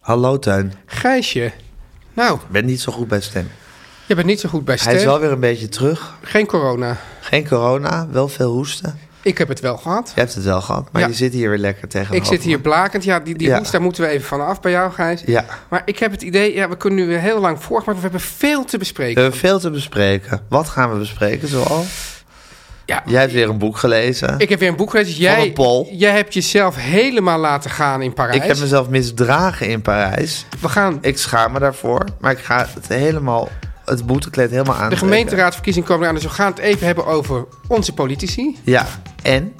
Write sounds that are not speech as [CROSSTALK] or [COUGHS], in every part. Hallo Tuin. Gijsje. Nou, Ik ben niet zo goed bij stem. je bent niet zo goed bij Hij is stem. wel weer een beetje terug. Geen corona. Geen corona, wel veel hoesten. Ik heb het wel gehad. Je hebt het wel gehad, maar Ja. je zit hier weer lekker tegenover. ik zit hier blakend. Ja, die, die Ja. hoest, daar moeten we even van af bij jou, Gijs. Ja. Maar ik heb het idee, ja, we kunnen nu weer heel lang voort, maar we hebben veel te We bespreken. hebben veel te bespreken. Wat gaan we bespreken zoal? ja, Jij hebt weer een boek gelezen. ik heb weer een boek gelezen. Van Jij, een Pool. jij hebt jezelf helemaal laten gaan in Parijs. Ik heb mezelf misdragen in Parijs. We gaan... Ik schaam me daarvoor, maar ik ga het helemaal, het boetekleed helemaal aan. De gemeenteraadsverkiezingen komen eraan, dus we gaan het even hebben over onze politici. Ja, en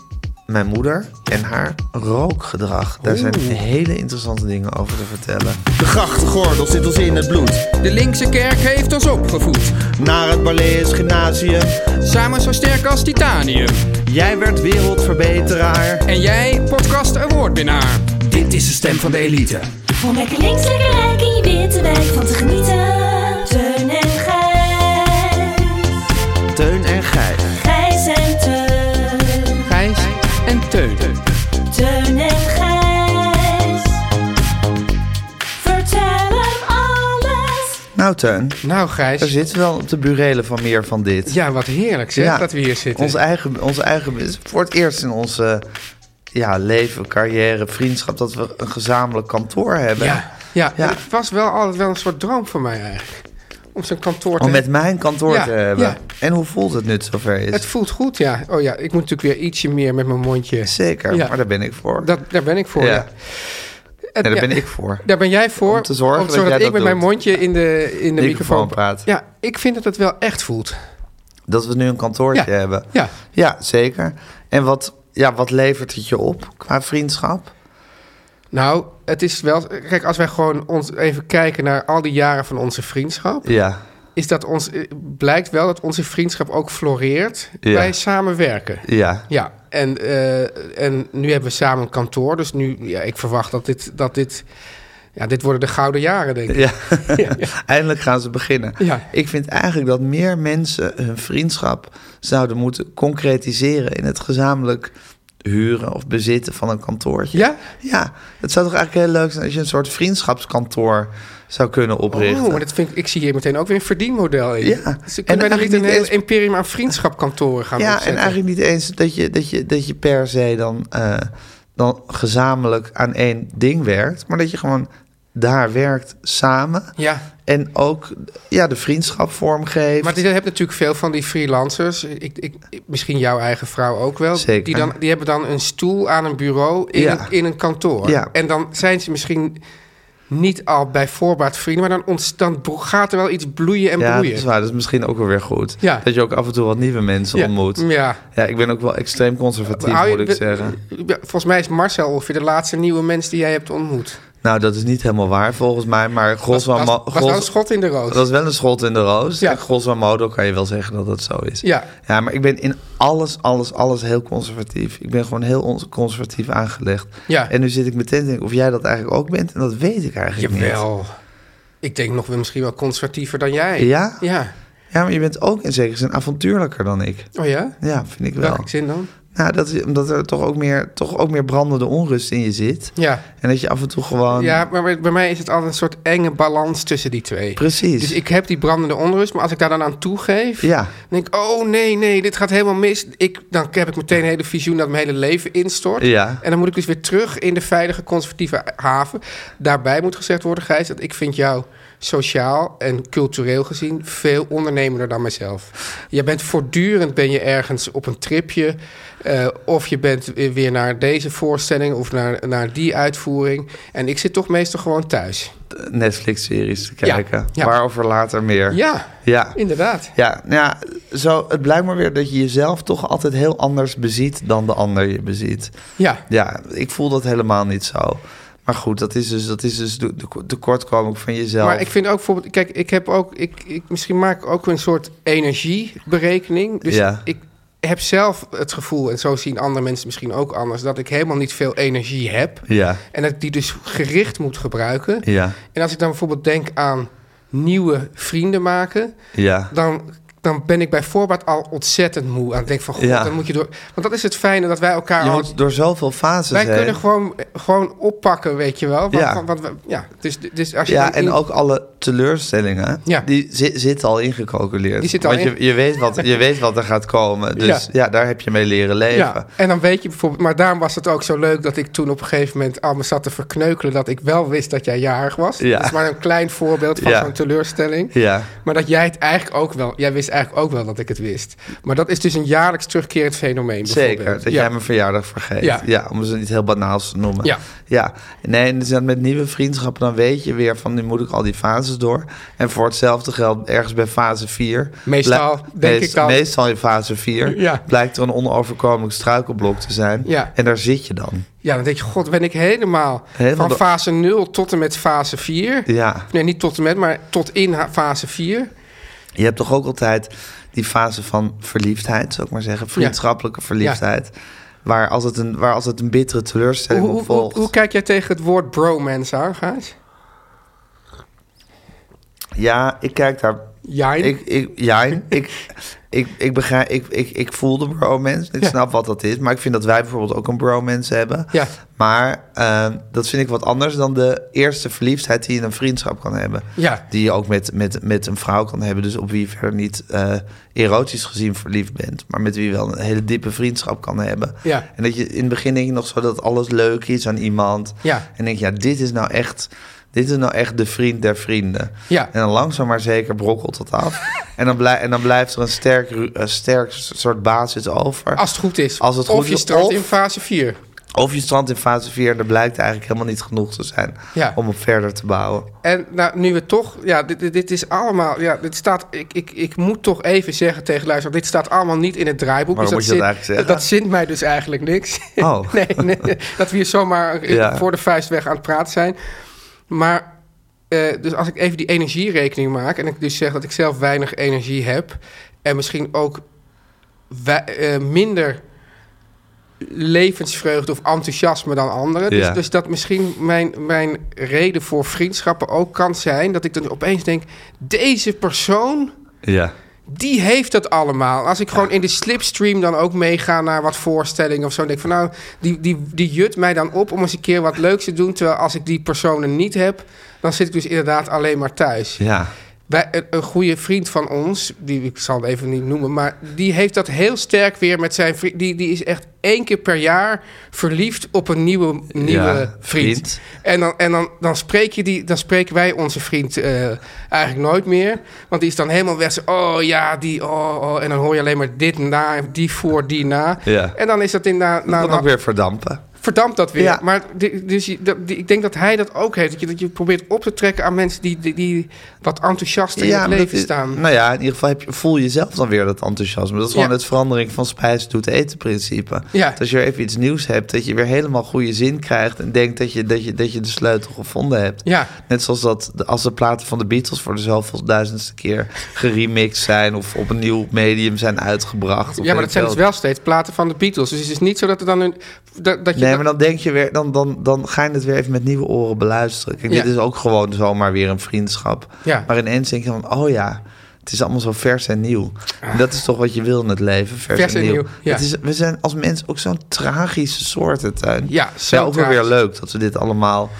mijn moeder en haar rookgedrag. Daar zijn hele interessante dingen over te vertellen. De grachtgordel zit ons in het bloed. De linkse kerk heeft ons opgevoed, Naar het Barlees Gymnasium. samen zo sterk als titanium. Jij werd wereldverbeteraar. En jij, podcast awardwinnaar. Dit is de stem van de elite. Om lekker links, lekker rijk in je witte wijk van te genieten. Teun en Gijs. Teun en Gijs. Gijs en Teun. Gijs en Teun. Teun en Gijs. Vertel hem alles. Nou Tuin, Nou, Gijs. we zitten wel op de burelen van meer van dit. Ja, wat heerlijk zeg, dat we hier zitten. Ons eigen, ons eigen, voor het eerst in onze ja, leven, carrière, vriendschap... dat we een gezamenlijk kantoor hebben. Ja, ja. Ja. het was wel altijd wel een soort droom voor mij eigenlijk. Om zo'n kantoor te Om met mijn kantoor Ja, te hebben. ja. En hoe voelt het nu het zover is? Het voelt goed, ja. Oh ja, ik moet natuurlijk weer ietsje meer met mijn mondje. Zeker, Ja. maar daar ben ik voor. Dat, daar ben ik voor, ja. Ja. Het- en daar ja, ben ik voor. Daar ben jij voor. Om te zorgen dat jij ik dat met mijn doet. mondje in de, in de Microfoon microfoon, praat. Ja, ik vind dat het wel echt voelt. Dat we nu een kantoortje Ja, hebben. ja. ja zeker. En wat, ja, wat levert het je op qua vriendschap? Nou, het is wel... Kijk, als wij gewoon ons even kijken naar al die jaren van onze vriendschap... Ja, Is dat ons, eh, blijkt wel dat onze vriendschap ook floreert Ja. bij samenwerken. ja. Ja, en, eh, en nu hebben we samen een kantoor. Dus nu, ja, ik verwacht dat dit, dat dit, ja, dit worden de gouden jaren, denk ik. [LAUGHS] Ja. Eindelijk gaan ze beginnen. Ja. Ik vind eigenlijk dat meer mensen hun vriendschap zouden moeten concretiseren in het gezamenlijk huren of bezitten van een kantoortje. Ja? Ja, het zou toch eigenlijk heel leuk zijn als je een soort vriendschapskantoor zou kunnen oprichten. Oh, maar dat vind ik, ik zie hier meteen ook weer een verdienmodel in. Ja. Dus ik En kan bijna niet eigenlijk een niet heel eens- imperium aan vriendschapkantoren gaan Ja, opzetten. en eigenlijk niet eens dat je, dat je, dat je per se dan, eh, dan gezamenlijk aan één ding werkt, maar dat je gewoon daar werkt samen. Ja, En ook ja, de vriendschap vormgeeft. maar je hebt natuurlijk veel van die freelancers. Ik, ik, ik- misschien jouw eigen vrouw ook wel. Zeker. Die, dan, die hebben dan een stoel aan een bureau in, Ja. een, in een kantoor. Ja. En dan zijn ze misschien niet al bij voorbaat vrienden... maar dan, ontstaan, gaat er wel iets bloeien en ja, broeien. dat is waar. Dat is misschien ook wel weer goed. Ja. Dat je ook af en toe wat nieuwe mensen Ja, ontmoet. ja. ja, ik ben ook wel extreem conservatief, Hou je- moet ik we- zeggen. ja, Volgens mij is Marcel ongeveer de laatste nieuwe mens die jij hebt ontmoet. Nou, dat is niet helemaal waar volgens mij. Maar gros was, van was, was wel een gros- schot in de roos. dat is wel een schot in de roos. Ja. Ja. Grosso modo kan je wel zeggen dat dat zo is. Ja. ja, maar ik ben in alles, alles, alles heel conservatief. Ik ben gewoon heel on- conservatief aangelegd. Ja. En nu zit ik meteen te denken of jij dat eigenlijk ook bent. En dat weet ik eigenlijk niet. Jawel. Ik denk nog wel misschien wel conservatiever dan jij. Ja? Ja. Ja, maar je bent ook in zekere zin avontuurlijker dan ik. Oh ja? Ja, vind ik wel. Welke zin dan? Nou, dat is omdat er toch ook meer, toch ook meer brandende onrust in je zit. Ja. En dat je af en toe gewoon... Ja, maar bij, bij mij is het altijd een soort enge balans tussen die twee. Precies. Dus ik heb die brandende onrust, maar als ik daar dan aan toegeef, Ja. dan denk ik, oh nee, nee, dit gaat helemaal mis. Ik, dan heb ik meteen een hele visioen dat mijn hele leven instort. Ja. En dan moet ik dus weer terug in de veilige conservatieve haven. Daarbij moet gezegd worden, Gijs, dat ik vind jou sociaal en cultureel gezien veel ondernemender dan mezelf. Je bent voortdurend ben je ergens op een tripje. eh, of je bent weer naar deze voorstelling of naar, naar die uitvoering. En ik zit toch meestal gewoon thuis. Netflix-series te kijken. ja. Waarover later meer. Ja, Ja. inderdaad. Ja, nou ja, zo, het blijkt maar weer dat je jezelf toch altijd heel anders beziet dan de ander je beziet. Ja, Ja, ik voel dat helemaal niet zo. Maar goed, dat is dus, dat is dus de, de tekortkoming van jezelf. Maar ik vind ook bijvoorbeeld, kijk, ik heb ook, ik, ik, misschien maak ik ook een soort energieberekening. Dus Ja. ik heb zelf het gevoel, en zo zien andere mensen misschien ook anders, dat ik helemaal niet veel energie heb. Ja. En dat ik die dus gericht moet gebruiken. Ja. En als ik dan bijvoorbeeld denk aan nieuwe vrienden maken, Ja. dan, dan ben ik bij voorbaat al ontzettend moe. En ik denk van, god, Ja. dan moet je door. Want dat is het fijne dat wij elkaar Je al- moet door zoveel fases Wij heen. kunnen gewoon, gewoon oppakken, weet je wel. Wat, Ja. wat we- ja. Dus, dus als je Ja, dan en in- ook alle teleurstellingen, Ja. die zi- zitten al ingecalculeerd. Die zitten al Want in- je, je, weet wat, je weet wat er gaat komen. Dus [LAUGHS] Ja. ja, daar heb je mee leren leven. Ja, en dan weet je bijvoorbeeld... Maar daarom was het ook zo leuk dat ik toen op een gegeven moment... allemaal zat te verkneukelen dat ik wel wist dat jij jarig was. Ja. Dat is maar een klein voorbeeld van Ja. zo'n teleurstelling. Ja. Maar dat jij het eigenlijk ook wel... Jij wist eigenlijk ook wel dat ik het wist. Maar dat is dus een jaarlijks terugkerend fenomeen Zeker, bijvoorbeeld. dat ja. jij mijn verjaardag vergeet. Ja. Ja. om ze niet heel banaals te noemen. Ja. ja. Nee, en dus dan met nieuwe vriendschappen, dan weet je weer van nu moet ik al die fases door. En voor hetzelfde geldt ergens bij fase 4. Meestal, denk ik dan. Meestal in fase 4 Ja. blijkt er een onoverkomelijk struikelblok te zijn. Ja. En daar zit je dan. Ja, dan denk je, god, ben ik helemaal, Helemaal van door- fase 0 tot en met fase 4. Ja. Nee, niet tot en met, maar tot in ha- fase 4. Je hebt toch ook altijd die fase van verliefdheid, zou ik maar zeggen. Vriendschappelijke verliefdheid. Waar, als het een, waar als het een bittere Hoe, teleurstelling hoe, op hoe, volgt. hoe kijk jij tegen het woord bromance aan, Gijs? Ja, ik kijk daar Jij? Ik, ik, ja, ik, ik, ik begrijp, ik, ik, ik voel de bromance. Ik Ja. snap wat dat is. Maar ik vind dat wij bijvoorbeeld ook een bromance hebben. Ja. Maar eh, dat vind ik wat anders dan de eerste verliefdheid die je in een vriendschap kan hebben. Ja. Die je ook met, met, met een vrouw kan hebben. Dus op wie je verder niet eh, erotisch gezien verliefd bent. Maar met wie je wel een hele diepe vriendschap kan hebben. Ja. En dat je in het begin denk je nog zo dat alles leuk is aan iemand. Ja. En denk je, ja, dit is nou echt... Dit is nou echt de vriend der vrienden. Ja. En dan langzaam maar zeker brokkelt dat af. en, dan blij- en dan blijft er een sterk, ru- een sterk soort basis over. Als het goed is. Als het of goed je is, strandt of- in fase 4. Of je strandt in fase 4 en er blijkt eigenlijk helemaal niet genoeg te zijn Ja. om op verder te bouwen. En nou, nu we toch... Ja, dit, dit, dit is allemaal... Ja, dit staat... Ik, ik, ik moet toch even zeggen tegen luister, dit staat allemaal niet in het draaiboek. Waarom dus moet je dat zint- eigenlijk zeggen? Dat zint mij dus eigenlijk niks. Oh. [LAUGHS] nee, nee, dat we hier [LAUGHS] zomaar Ja. voor de vuist weg aan het praten zijn. Maar... eh, dus als ik even die energierekening maak... en ik dus zeg dat ik zelf weinig energie heb... en misschien ook wij- eh, minder levensvreugde of enthousiasme dan anderen. Ja. Dus, dus dat misschien mijn, mijn reden voor vriendschappen ook kan zijn... dat ik dan opeens denk, deze persoon, Ja. die heeft dat allemaal. Als ik gewoon in de slipstream dan ook meega naar wat voorstellingen of zo... dan denk ik van nou, die, die, die jut mij dan op om eens een keer wat leuks te doen... terwijl als ik die personen niet heb, dan zit ik dus inderdaad alleen maar thuis. Ja. Wij, een, een goede vriend van ons, die ik zal het even niet noemen, maar die heeft dat heel sterk weer met zijn vriend. Die, die is echt één keer per jaar verliefd op een nieuwe, nieuwe Ja, vriend. vriend. En, dan, en dan, dan, spreek je die, dan spreken wij onze vriend eh, eigenlijk nooit meer. Want die is dan helemaal weg. Zo, Oh ja, die, oh, oh. En dan hoor je alleen maar dit na, die voor, die na. Ja. En dan is dat in na, na Dan ook weer verdampen. verdampt dat weer. Ja. Maar di- dus je- dat- die- ik denk dat hij dat ook heeft. Dat je, dat je probeert op te trekken aan mensen die, die, die wat enthousiast in het maar dat leven is- staan. Nou ja, in ieder geval heb je, voel je zelf dan weer dat enthousiasme. Dat is gewoon Ja. het verandering van spijs doet eten principe. Ja. Dat als je weer even iets nieuws hebt, dat je weer helemaal goede zin krijgt... en denkt dat je, dat je, dat je de sleutel gevonden hebt. Ja. Net zoals dat de- als de platen van de Beatles voor de zoveelduizendste keer geremixed zijn... of op een nieuw medium zijn uitgebracht. of ja, maar weet dat zijn ik dus wel steeds platen van de Beatles. Dus het is niet zo dat er dan een... Dat, dat je Nee, maar dan denk je weer, dan, dan, dan ga je het weer even met nieuwe oren beluisteren. Kijk, Ja. dit is ook gewoon zomaar weer een vriendschap. Ja. Maar ineens denk je van, oh ja, Het is allemaal zo vers en nieuw. Ah. En dat is toch wat je wil in het leven, vers, en nieuw. ja. het is, we zijn als mens ook zo'n tragische soorten tuin. Ja, zo ook wel weer tragisch. leuk dat we dit allemaal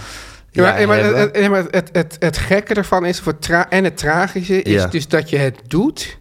Ja, ja, maar, maar eh, het, hebben. het, ja, maar het, het, het gekke ervan is, voor tra- en het tragische, is Ja. dus dat je het doet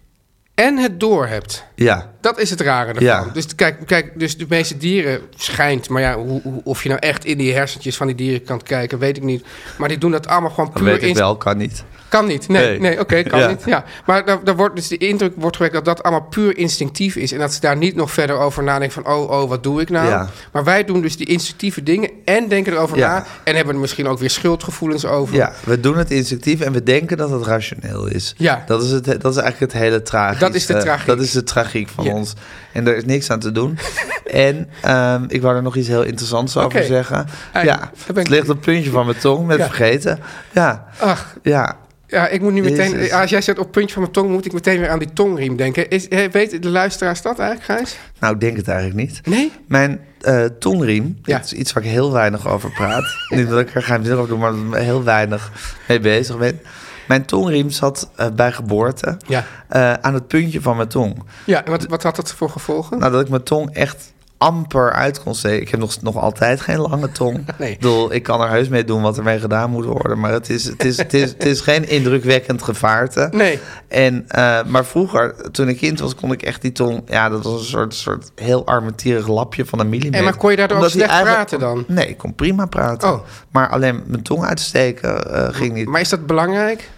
en het doorhebt. ja, Dat is het rare ervan. Ja. Dus, kijk, kijk, dus de meeste dieren schijnt, maar ja, hoe, hoe- of je nou echt in die hersentjes van die dieren kan kijken, weet ik niet. Maar die doen dat allemaal gewoon dat puur weet ik inst- wel, kan niet. Kan niet. Nee, Nee. nee, oké, kan Ja. niet. Ja. Maar daar, daar wordt dus de indruk wordt gewekt dat dat allemaal puur instinctief is. En dat ze daar niet nog verder over nadenken van, oh, oh, wat doe ik nou? Ja. Maar wij doen dus die instinctieve dingen en denken erover Ja. na. En hebben er misschien ook weer schuldgevoelens over. Ja, we doen het instinctief en we denken dat het rationeel is. Ja. Dat is, het, dat is eigenlijk het hele tragisch. Dat is de eh, tragiek. dat is de tragiek van Ja. ons. En er is niks aan te [LAUGHS] doen. en ehm, ik wou er nog iets heel interessants over Oké. zeggen. Hey, ja, daar ben het ik- ligt op het puntje van mijn tong, met Ja. vergeten. Ja, Ach, ja. ja, ik moet nu meteen... Jezus. Als jij zegt op het puntje van mijn tong, moet ik meteen weer aan die tongriem denken. Is, eh, weet de luisteraars dat eigenlijk, Gijs? Nou, ik denk het eigenlijk niet. Nee? Mijn eh tongriem, Ja. dat is iets waar ik heel weinig over praat. [LAUGHS] Niet dat ik er geheimzinnig over doe, maar dat ik heel weinig mee bezig ben. Mijn tongriem zat eh, bij geboorte Ja. eh, aan het puntje van mijn tong. Ja, en wat, wat had dat voor gevolgen? Nou, dat ik mijn tong echt amper uit kon steken. Ik heb nog, nog altijd geen lange tong. [LAUGHS] Nee. Ik bedoel, ik kan er heus mee doen wat ermee gedaan moet worden. Maar het is, het is, het is, het is geen indrukwekkend gevaarte. Nee. En, eh, maar vroeger, toen ik kind was, kon ik echt die tong... Ja, dat was een soort, soort heel armetierig lapje van een millimeter. En maar kon je daardoor ook Omdat die slecht eigenlijk- praten Nee, ik kon prima praten. Oh. Maar alleen mijn tong uitsteken eh, ging niet. Maar is dat belangrijk?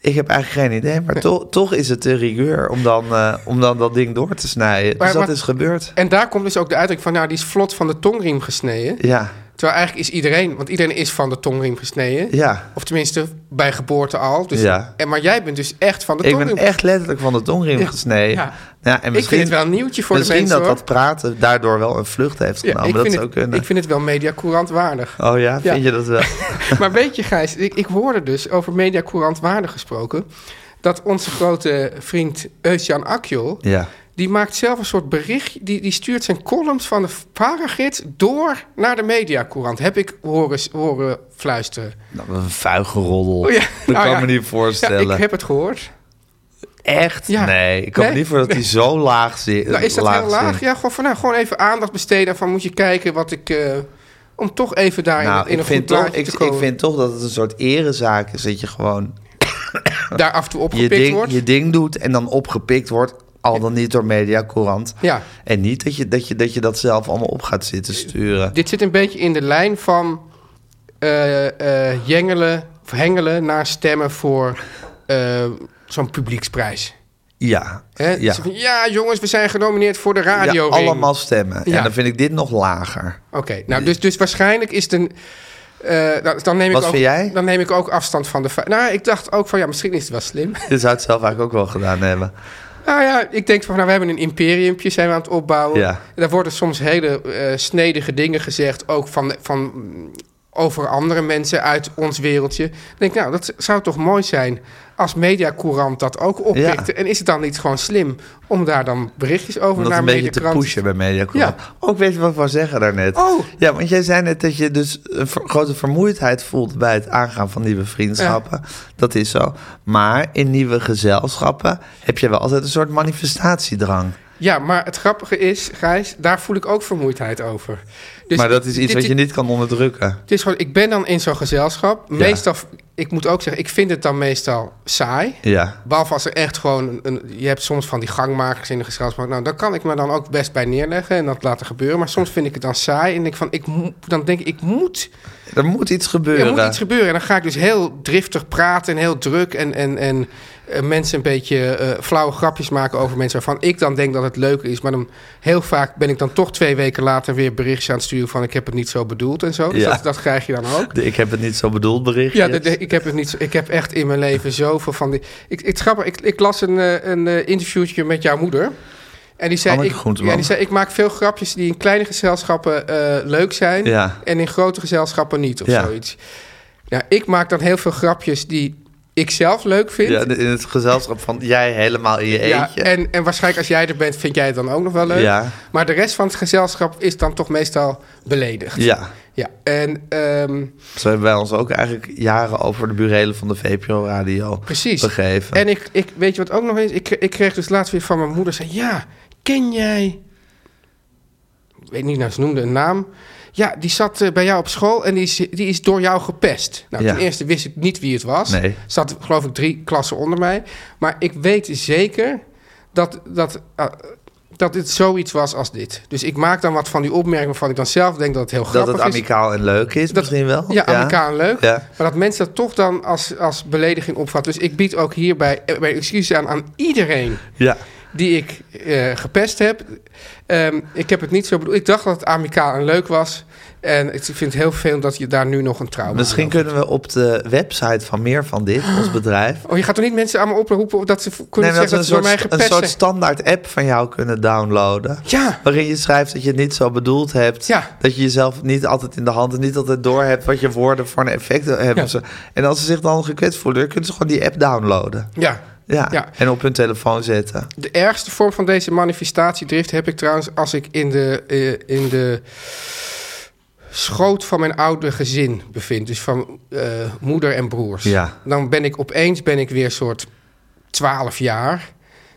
Ik heb eigenlijk geen idee. Maar toch- toch is het de rigueur om dan, eh, om dan dat ding door te snijden. Maar- dus dat maar- is gebeurd. En daar komt dus ook de uitdrukking van, nou, die is vlot van de tongriem gesneden. Ja, Terwijl eigenlijk is iedereen, want iedereen is van de tongriem gesneden. ja. Of tenminste, bij geboorte al. Dus, Ja. en, maar jij bent dus echt van de Ik tongriem. ben echt letterlijk van de tongring gesneden. Nou ja. Ja, en Ik vind het wel een nieuwtje voor de misschien mensen, dat hoor. dat praten daardoor wel een vlucht heeft Ja, genomen. ik, dat eh, vind zou het, kunnen. ik vind het wel mediacourant waardig. Oh ja, vind Ja. je dat [LAUGHS] wel? Oh. maar weet je, Gijs, ik, ik hoorde dus over mediacourant waardig gesproken... dat onze grote vriend Eusjan Akjol... ja. die maakt zelf een soort bericht... Die, die stuurt zijn columns van de paragids door naar de mediacourant. Heb ik horen, horen fluisteren. Nou, wat een vuige roddel. Oh ja, Dat nou kan ja. me niet voorstellen. Ja, ik heb het gehoord. Echt? Ja. Nee, ik kan me Nee. niet voor dat hij zo laag zit. Nou, is dat heel laag? zit. Ja, gewoon, van, nou, gewoon even aandacht besteden. Van moet je kijken wat ik. eh, om toch even daar in, Nou, in ik een goed vind, toch, plaatje ik, te ik komen. vind toch dat het een soort erezaak is dat je gewoon daar af en toe je opgepikt ding, wordt. je ding doet en dan opgepikt wordt. Al dan niet door Media Courant. Ja. En niet dat je, dat je dat je dat zelf allemaal op gaat zitten sturen. Dit zit een beetje in de lijn van. eh, eh, jengelen. Of hengelen naar stemmen voor. eh, zo'n publieksprijs. Ja. Hè? ja. Zo van, ja, jongens, we zijn genomineerd voor de Ja, radio. allemaal stemmen. Ja. En dan vind ik dit nog lager. [LAUGHS] Oké, nou, dus, dus waarschijnlijk is het een. eh, nou, dan neem ik Wat ook, vind jij? Dan neem ik ook afstand van de. fe- Nou, ik dacht ook van ja, misschien is het wel slim. Dit zou het zelf eigenlijk ook wel gedaan hebben. Nou ja, ik denk van, nou, we hebben een imperiumpje, zijn we aan het opbouwen. Ja. Daar worden soms hele eh, snedige dingen gezegd, ook van, van mm, over andere mensen uit ons wereldje. Ik denk, nou, dat zou toch mooi zijn als Mediacourant dat ook oppikte. En is het dan niet gewoon slim om daar dan berichtjes over Om dat naar een beetje te Mediacourant- pushen bij Media Courant. Ja. Ook weet je wat ik wou zeggen daarnet? Oh. Ja, want jij zei net dat je dus een ver- grote vermoeidheid voelt... bij het aangaan van nieuwe vriendschappen. Dat is zo. Maar in nieuwe gezelschappen heb je wel altijd een soort manifestatiedrang. Ja, maar het grappige is, Gijs, daar voel ik ook vermoeidheid over. Dus maar dat is iets dit- wat je dit- niet kan onderdrukken. Het is gewoon, ik ben dan in zo'n gezelschap. Meestal, ik moet ook zeggen, ik vind het dan meestal saai. Ja. Behalve als er echt gewoon... Een, een- je hebt soms van die gangmakers in de gezelschap. Nou, daar kan ik me dan ook best bij neerleggen en dat laten gebeuren. Maar soms vind ik het dan saai en denk van, ik mo- dan denk ik, ik moet, Er moet iets gebeuren. er moet iets gebeuren. En dan ga ik dus heel driftig praten en heel druk... en, en, en eh, mensen een beetje eh, flauwe grapjes maken over mensen... waarvan ik dan denk dat het leuk is. Maar dan heel vaak ben ik dan toch twee weken later weer berichtjes aan het sturen... van ik heb het niet zo bedoeld en zo. Dus Ja. dat, dat krijg je dan ook. De Ik heb het niet zo bedoeld bericht. Ja, de- de- ik, heb het niet, zo- ik heb echt in mijn leven zoveel van die... Ik, ik, grappig, ik, ik las een, eh, een eh, interviewtje met jouw moeder. En die, zei, Anneke ik, Groenteman. ja, die zei, ik maak veel grapjes die in kleine gezelschappen eh, leuk zijn... Ja. en in grote gezelschappen niet of Ja. zoiets. Nou, ik maak dan heel veel grapjes die ik zelf leuk vind. Ja, in het gezelschap van jij helemaal in je Ja, eentje. en, en waarschijnlijk als jij er bent, vind jij het dan ook nog wel leuk. Ja. Maar de rest van het gezelschap is dan toch meestal beledigd. Ja. Ja, en ehm, Zo hebben wij ons ook eigenlijk jaren over de burelen van de VPRO-radio precies. begeven. En ik, ik weet je wat ook nog eens? Ik, ik kreeg dus laatst weer van mijn moeder. Zei, ja, ken jij... Ik weet niet, nou, ze noemde een naam. Ja, die zat eh, bij jou op school en die is, die is door jou gepest. Nou, Ja. ten eerste wist ik niet wie het was. Nee. Zat, geloof ik, drie klassen onder mij. Maar ik weet zeker dat, dat, ah, dat dit zoiets was als dit. Dus ik maak dan wat van die opmerkingen waarvan ik dan zelf denk dat het heel dat grappig het is. amicaal en leuk is, Dat- misschien wel. Ja, Amerikaan leuk. Ja. Maar dat mensen dat toch dan als, als belediging opvatten. Dus ik bied ook hierbij eh, mijn excuses aan aan iedereen Ja. die ik eh, gepest heb. Ehm, ik heb het niet zo bedoeld. Ik dacht dat het amicaal en leuk was. En ik vind het heel veel dat je daar nu nog een trauma Misschien aan kunnen we op de website van meer van dit, [GASPS] ons bedrijf... hebt. Oh, je gaat toch niet mensen aan me oproepen dat ze v- kunnen Nee, maar zeggen dat we ze door mij een soort, een gepest soort zijn? standaard app van jou kunnen downloaden. Ja. Waarin je schrijft dat je het niet zo bedoeld hebt. Ja. Dat je jezelf niet altijd in de hand en niet altijd door hebt wat je woorden voor een effect hebben. Ja. En als ze zich dan gekwetst voelen, dan kunnen ze gewoon die app downloaden. Ja. Ja. Ja. En op hun telefoon zetten. De ergste vorm van deze manifestatiedrift heb ik trouwens als ik in de, eh, in de schoot van mijn oude gezin bevind. Dus van eh, moeder en broers. Ja. Dan ben ik opeens ben ik weer soort 12 jaar.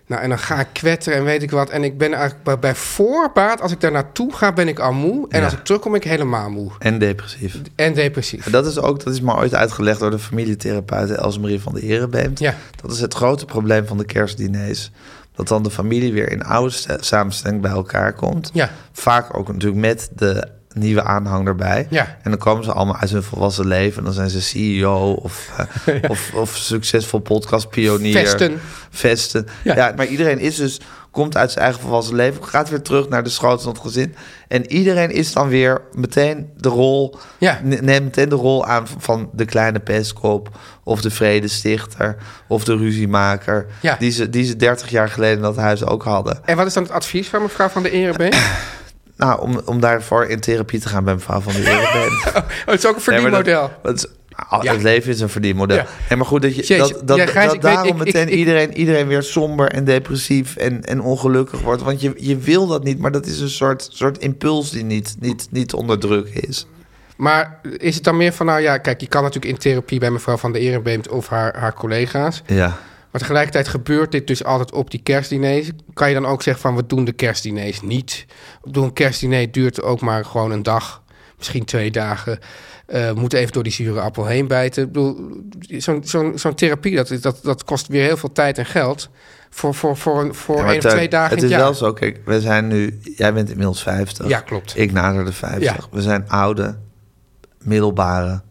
Nou, en dan ga ik kwetteren en weet ik wat. En ik ben eigenlijk bij, bij voorbaat, als ik daar naartoe ga, ben ik al moe. En Ja. als ik terugkom, ben ik helemaal moe. En depressief. En depressief. Dat is ook, dat is maar ooit uitgelegd door de familietherapeut Elsemarie van de Herenbeemt. Ja. Dat is het grote probleem van de kerstdiners. Dat dan de familie weer in oude sta- samenstelling bij elkaar komt. Ja. Vaak ook natuurlijk met de nieuwe aanhang erbij. Ja. En dan komen ze allemaal uit hun volwassen leven. En dan zijn ze CEO [LAUGHS] of, eh, of, of succesvol podcastpionier. Vesten. Vesten. Ja. Ja. maar iedereen is dus, komt uit zijn eigen volwassen leven. Gaat weer terug naar de schoot van het gezin. En iedereen is dan weer meteen de rol Ja. ne- neem meteen de rol aan van de kleine pestkop of de vredestichter of de ruziemaker. Ja. Die, ze, die ze 30 jaar geleden in dat huis ook hadden. En wat is dan het advies van mevrouw van de [LAUGHS] Erebeen? Nou, om, om daarvoor in therapie te gaan bij mevrouw van de [LAUGHS] Euroband. Oh, het is ook een Nee, maar dat- verdienmodel. dat is- al- Ja. Het leven is een verdienmodel. Ja. Nee, maar goed, dat, je, Jeetje. dat, dat, Ja, Gijs, dat ik weet- daarom ik- ik- meteen ik- iedereen, iedereen weer somber en depressief en, en ongelukkig wordt. Want je, je wil dat niet, maar dat is een soort, soort impuls die niet, niet, niet te onderdrukken is. Maar is het dan meer van, nou ja, kijk, je kan natuurlijk in therapie bij mevrouw van der Erenbeemt of haar, haar collega's. Ja. Maar tegelijkertijd gebeurt dit dus altijd op die kerstdiners. Kan je dan ook zeggen van, we doen de kerstdiners niet. Ik bedoel, een kerstdiner duurt ook maar gewoon een dag, misschien twee dagen. Eh, we moeten even door die zure appel heen bijten. Ik bedoel, zo'n zo'n zo'n therapie, dat, is- dat, dat kost weer heel veel tijd en geld. Voor, voor, voor, een, voor Ja, maar één of Teun, twee dagen Het in is het jaar. wel zo, kijk, we zijn nu... Jij bent inmiddels 50. Ja, klopt. Ik nader de 50. Ja. We zijn oude, middelbare,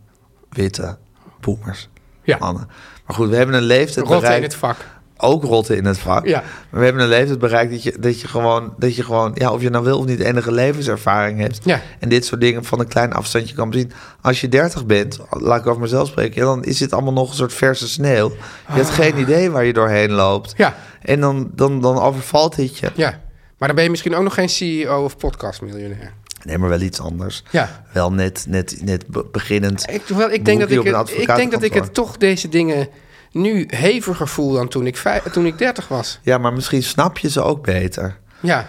witte boemers. Ja. Mannen. Maar goed, we hebben een leeftijd Rotten in bereikt... het vak. Ook rotten in het vak. Ja. Maar we hebben een leeftijd bereikt dat je, dat je gewoon... Dat je gewoon ja, of je nou wil of niet, enige levenservaring hebt. Ja. En dit soort dingen van een klein afstandje kan bezien. Als je 30 bent, laat ik over mezelf spreken... ja, dan is dit allemaal nog een soort verse sneeuw. Je hebt geen idee waar je doorheen loopt. Ah. Ja. En dan, dan, dan overvalt dit je. Ja, maar dan ben je misschien ook nog geen CEO of podcastmiljonair. Nee, maar wel iets anders. Ja. Wel net, net, net be- beginnend. Ik, wel, ik, denk dat beroepje ik, op een het, ik denk dat ik advocatenkantoor. het toch deze dingen nu heviger voel dan toen ik, vij- toen ik 30 was. Ja, maar misschien snap je ze ook beter. Ja,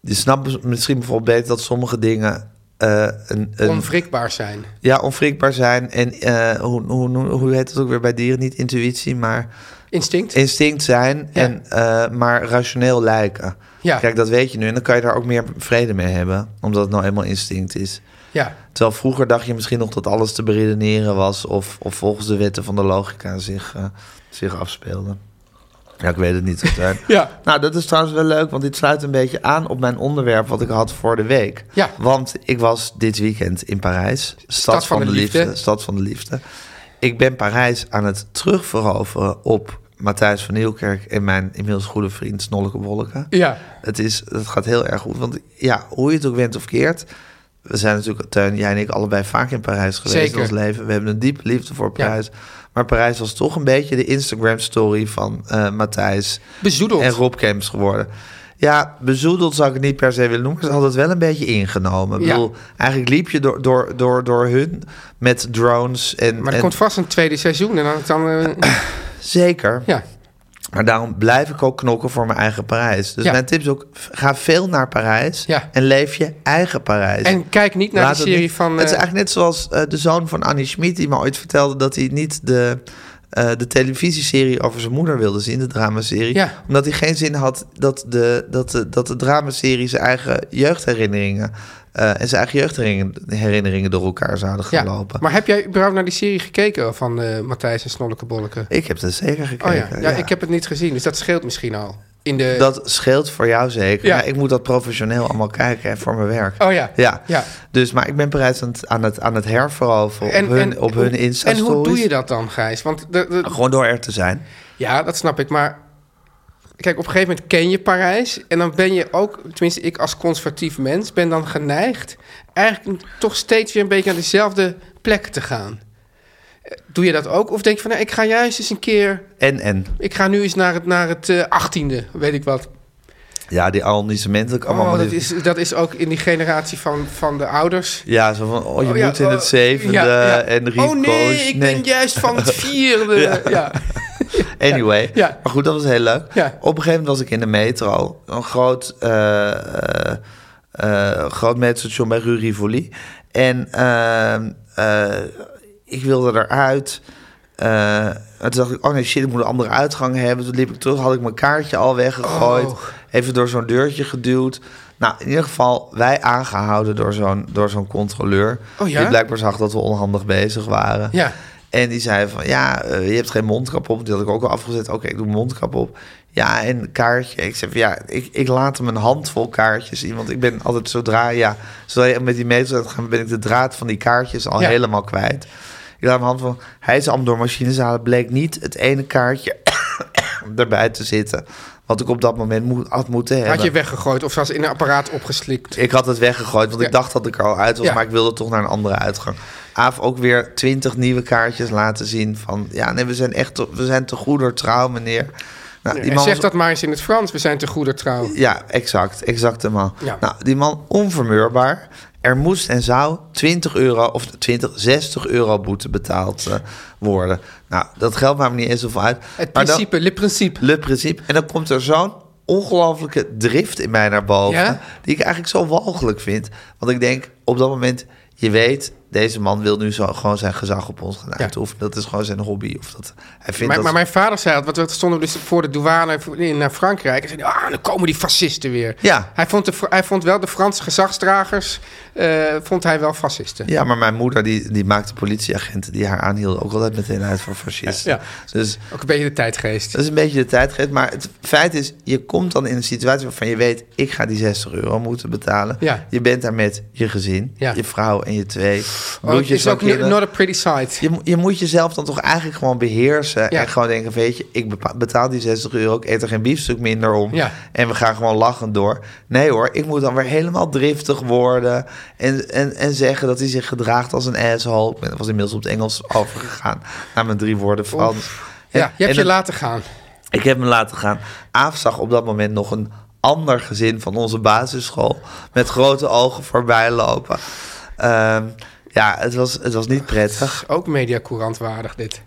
Je snapt mis- misschien bijvoorbeeld beter dat sommige dingen... eh, een, een, onwrikbaar zijn. ja, onwrikbaar zijn. En eh, hoe, hoe, hoe, hoe heet het ook weer bij dieren? Niet intuïtie, maar Instinct. instinct zijn. Ja. En, eh, maar rationeel lijken. Ja. Kijk, dat weet je nu. En dan kan je daar ook meer vrede mee hebben. Omdat het nou eenmaal instinct is. Ja, Terwijl vroeger dacht je misschien nog dat alles te beredeneren was... of, of volgens de wetten van de logica zich, eh, zich afspeelde. Ja, ik weet het niet. Martijn. Ja. Nou, dat is trouwens wel leuk, want dit sluit een beetje aan... op mijn onderwerp wat ik had voor de week. Ja. Want ik was dit weekend in Parijs. Stad, van, de, liefde. Stad van de liefde. Ik ben Parijs aan het terugveroveren op Matthijs van Nieuwkerk... en mijn inmiddels goede vriend Snolleke Wolken. ja, Het, is, het gaat heel erg goed. Want ja, hoe je het ook went of keert. We zijn natuurlijk, Teun, jij en ik, allebei vaak in Parijs geweest Zeker. in ons leven. We hebben een diepe liefde voor Parijs. Maar Parijs was toch een beetje de Instagram-story van eh, Matthijs bezoedeld. en Rob Kemps geworden. Ja, bezoedeld zou ik het niet per se willen noemen. maar Ze hadden het wel een beetje ingenomen. Ik Ja. bedoel, eigenlijk liep je door, door, door, door hun met drones. En, maar er en- [COUGHS] komt vast een tweede seizoen en dan... dan eh, Zeker. ja, Maar daarom blijf ik ook knokken voor mijn eigen Parijs. Dus Ja. mijn tip is ook, f- ga veel naar Parijs Ja. en leef je eigen Parijs. En kijk niet naar Laat de het serie niet- van... Het is eh, eigenlijk net zoals eh, de zoon van Annie Schmid... die me ooit vertelde dat hij niet de, eh, de televisieserie over zijn moeder wilde zien... de dramaserie, Ja. omdat hij geen zin had... dat de, dat de, dat de dramaserie zijn eigen jeugdherinneringen... eh, en zijn eigen jeugdherinneringen herinneringen door elkaar zouden gaan lopen. Maar heb jij überhaupt naar die serie gekeken van eh, Matthijs en Snolleke Bolleke? Ik heb dat zeker gekeken. Oh ja. Ja, ik heb het niet gezien, dus dat scheelt misschien al. In de... Dat scheelt voor jou zeker. Ja. Ja. ik moet dat professioneel allemaal kijken en voor mijn werk. Oh ja. Ja. Ja. Dus, maar ik ben bereid aan het, aan het, aan het herveroveren op hun, op hun insta Nou, En hoe doe je dat dan, Gijs? Want de, de- Gewoon door er te zijn. ja, dat snap ik, maar... Kijk, op een gegeven moment ken je Parijs en dan ben je ook, tenminste ik als conservatief mens, ben dan geneigd eigenlijk toch steeds weer een beetje naar dezelfde plek te gaan. Eh, Doe je dat ook? Of denk je van, nou, ik ga juist eens een keer, En, en. ik ga nu eens naar het, naar het eh, 18e, weet ik wat. Ja, die arrondissementen. ook allemaal Oh, maar dat, dit- is, dat is ook in die generatie van, van de ouders. Ja, zo van, oh, je Oh, ja, moet in oh, het zevende ja, ja. en Oh nee, ik ben juist van [LAUGHS] het vierde. ja. Ja. Anyway, Ja. maar goed, dat was heel leuk. Ja. Op een gegeven moment was ik in de metro. Een groot, eh eh, eh, groot metrostation bij Rue Rivoli. En ehm, eh, ik wilde eruit. Eh, en toen dacht ik, oh nee, shit, ik moet een andere uitgang hebben. Toen liep ik terug, had ik mijn kaartje al weggegooid. Oh. Even door zo'n deurtje geduwd. Nou, in ieder geval, wij aangehouden door zo'n, door zo'n controleur. Oh ja? Die blijkbaar zag dat we onhandig bezig waren. Ja. En die zei van, ja, eh, je hebt geen mondkap op. Die had ik ook al afgezet. Oké, ik doe mijn mondkap op. Ja, en een kaartje. Ik zei van, ja, ik, ik laat hem een handvol kaartjes zien. Want ik ben altijd zodra, ja, zodra je met die metro gaat gaan... ben ik de draad van die kaartjes al Ja. helemaal kwijt. Ik laat hem handvol... Hij is allemaal door machines halen. Bleek niet het ene kaartje [COUGHS] erbij te zitten. Wat ik op dat moment moet, had moeten hebben. Had je weggegooid of was in een apparaat opgeslikt. Ik had het weggegooid, want Ja. ik dacht dat ik er al uit was, Ja. maar ik wilde toch naar een andere uitgang. Aaf ook weer twintig nieuwe kaartjes laten zien van, ja, nee, we zijn echt, te- we zijn te goeder trouw, meneer. Nou, En man zeg was- dat maar eens in het Frans, we zijn te goeder trouw. Ja, exact, exact de man. Ja. Nou, die man onvermeurbaar. Er moest en zou 20 euro of 20, 60 euro boete betaald eh, worden. Nou, dat geldt maar niet eens zoveel uit. Het Maar dan- principe, le principe. Le principe. En dan komt er zo'n ongelooflijke drift in mij naar boven. Ja? Die ik eigenlijk zo walgelijk vind. Want ik denk op dat moment, je weet, deze man wil nu zo, gewoon zijn gezag op ons gaan uitoefenen. Dat is gewoon zijn hobby. Of dat, hij vindt Maar, dat maar mijn vader zei dat, want we stonden dus voor de douane voor- in naar Frankrijk. En zei, hij, ah, dan komen die fascisten weer. Ja. Hij, vond de, Fra- hij vond wel de Franse gezagsdragers, eh, vond hij wel fascisten. Ja, maar mijn moeder die, die maakte politieagenten die haar aanhielden ook altijd meteen uit voor fascisten. Ja. Dus Ook een beetje de tijdgeest. dat is een beetje de tijdgeest. Maar het feit is, je komt dan in een situatie waarvan je weet... ik ga die 60 euro moeten betalen. Ja. Je bent daar met je gezin, Ja. je vrouw en je twee Oh, het bloedjes is van ook kinderen. not a pretty sight. Je, mo- je moet jezelf dan toch eigenlijk gewoon beheersen. Ja. En gewoon denken, weet je, ik bepa- betaal die 60 euro. Ik eet er geen biefstuk minder om. Ja. En we gaan gewoon lachend door. Nee hoor, ik moet dan weer helemaal driftig worden. En, en, en zeggen dat hij zich gedraagt als een asshole. Ik ben- was inmiddels op het Engels overgegaan. Naar mijn drie woorden Frans. En- Ja, en je hebt je dan- laten gaan. ik heb hem laten gaan. Aaf zag op dat moment nog een ander gezin van onze basisschool met grote ogen voorbij lopen. Ehm, ja, het was, het was niet prettig. Ook mediacourant waardig dit.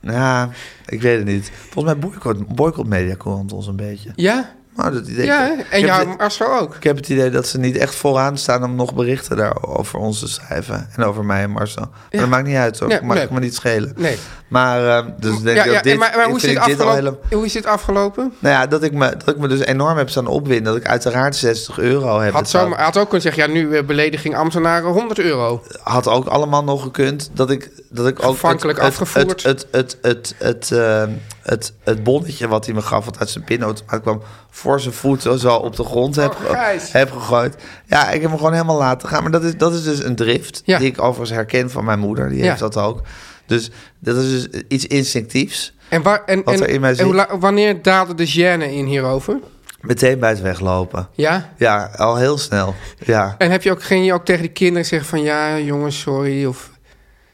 Ja, ik weet het niet. Volgens mij boycott, boycott Media Courant ons een beetje. Ja? Maar dat idee, ja, hè? ik, en heb jouw het, Marcel ook. ik heb het idee dat ze niet echt vooraan staan om nog berichten daarover ons te schrijven. En over mij en Marcel. Maar Ja. dat maakt niet uit hoor. Nee, maar nee. ik me niet schelen. Nee. Maar ehm, dus ik denk Ja, dat ja, dit, en maar, maar hoe, is vind dit ik dit al afgelopen, helemaal... hoe is dit afgelopen? Nou ja, dat ik, me, dat ik me dus enorm heb staan opwinden. Dat ik uiteraard 60 euro heb Had, betaald. zomaar, had ook kunnen zeggen, ja, nu eh, belediging ambtenaren 100 euro. Had ook allemaal nog gekund. Dat ik, dat ik ook... Gevankelijk het, afgevoerd. Het, het, het, het, het, ehm, het, het bonnetje wat hij me gaf, wat uit zijn pinautomaat kwam... voor zijn voeten zo op de grond heb, Oh, Gijs. heb gegooid. Ja, ik heb hem gewoon helemaal laten gaan. Maar dat is, dat is dus een drift Ja. die ik overigens herken van mijn moeder. Die Ja. heeft dat ook. Dus dat is dus iets instinctiefs. En, waar, en, Wat en, er in mij en zit. hoe la- wanneer daalde de gêne in hierover? Meteen bij het weglopen. Ja? Ja, al heel snel. Ja. En heb je ook, ging je ook tegen die kinderen zeggen van, ja, jongens, sorry, of...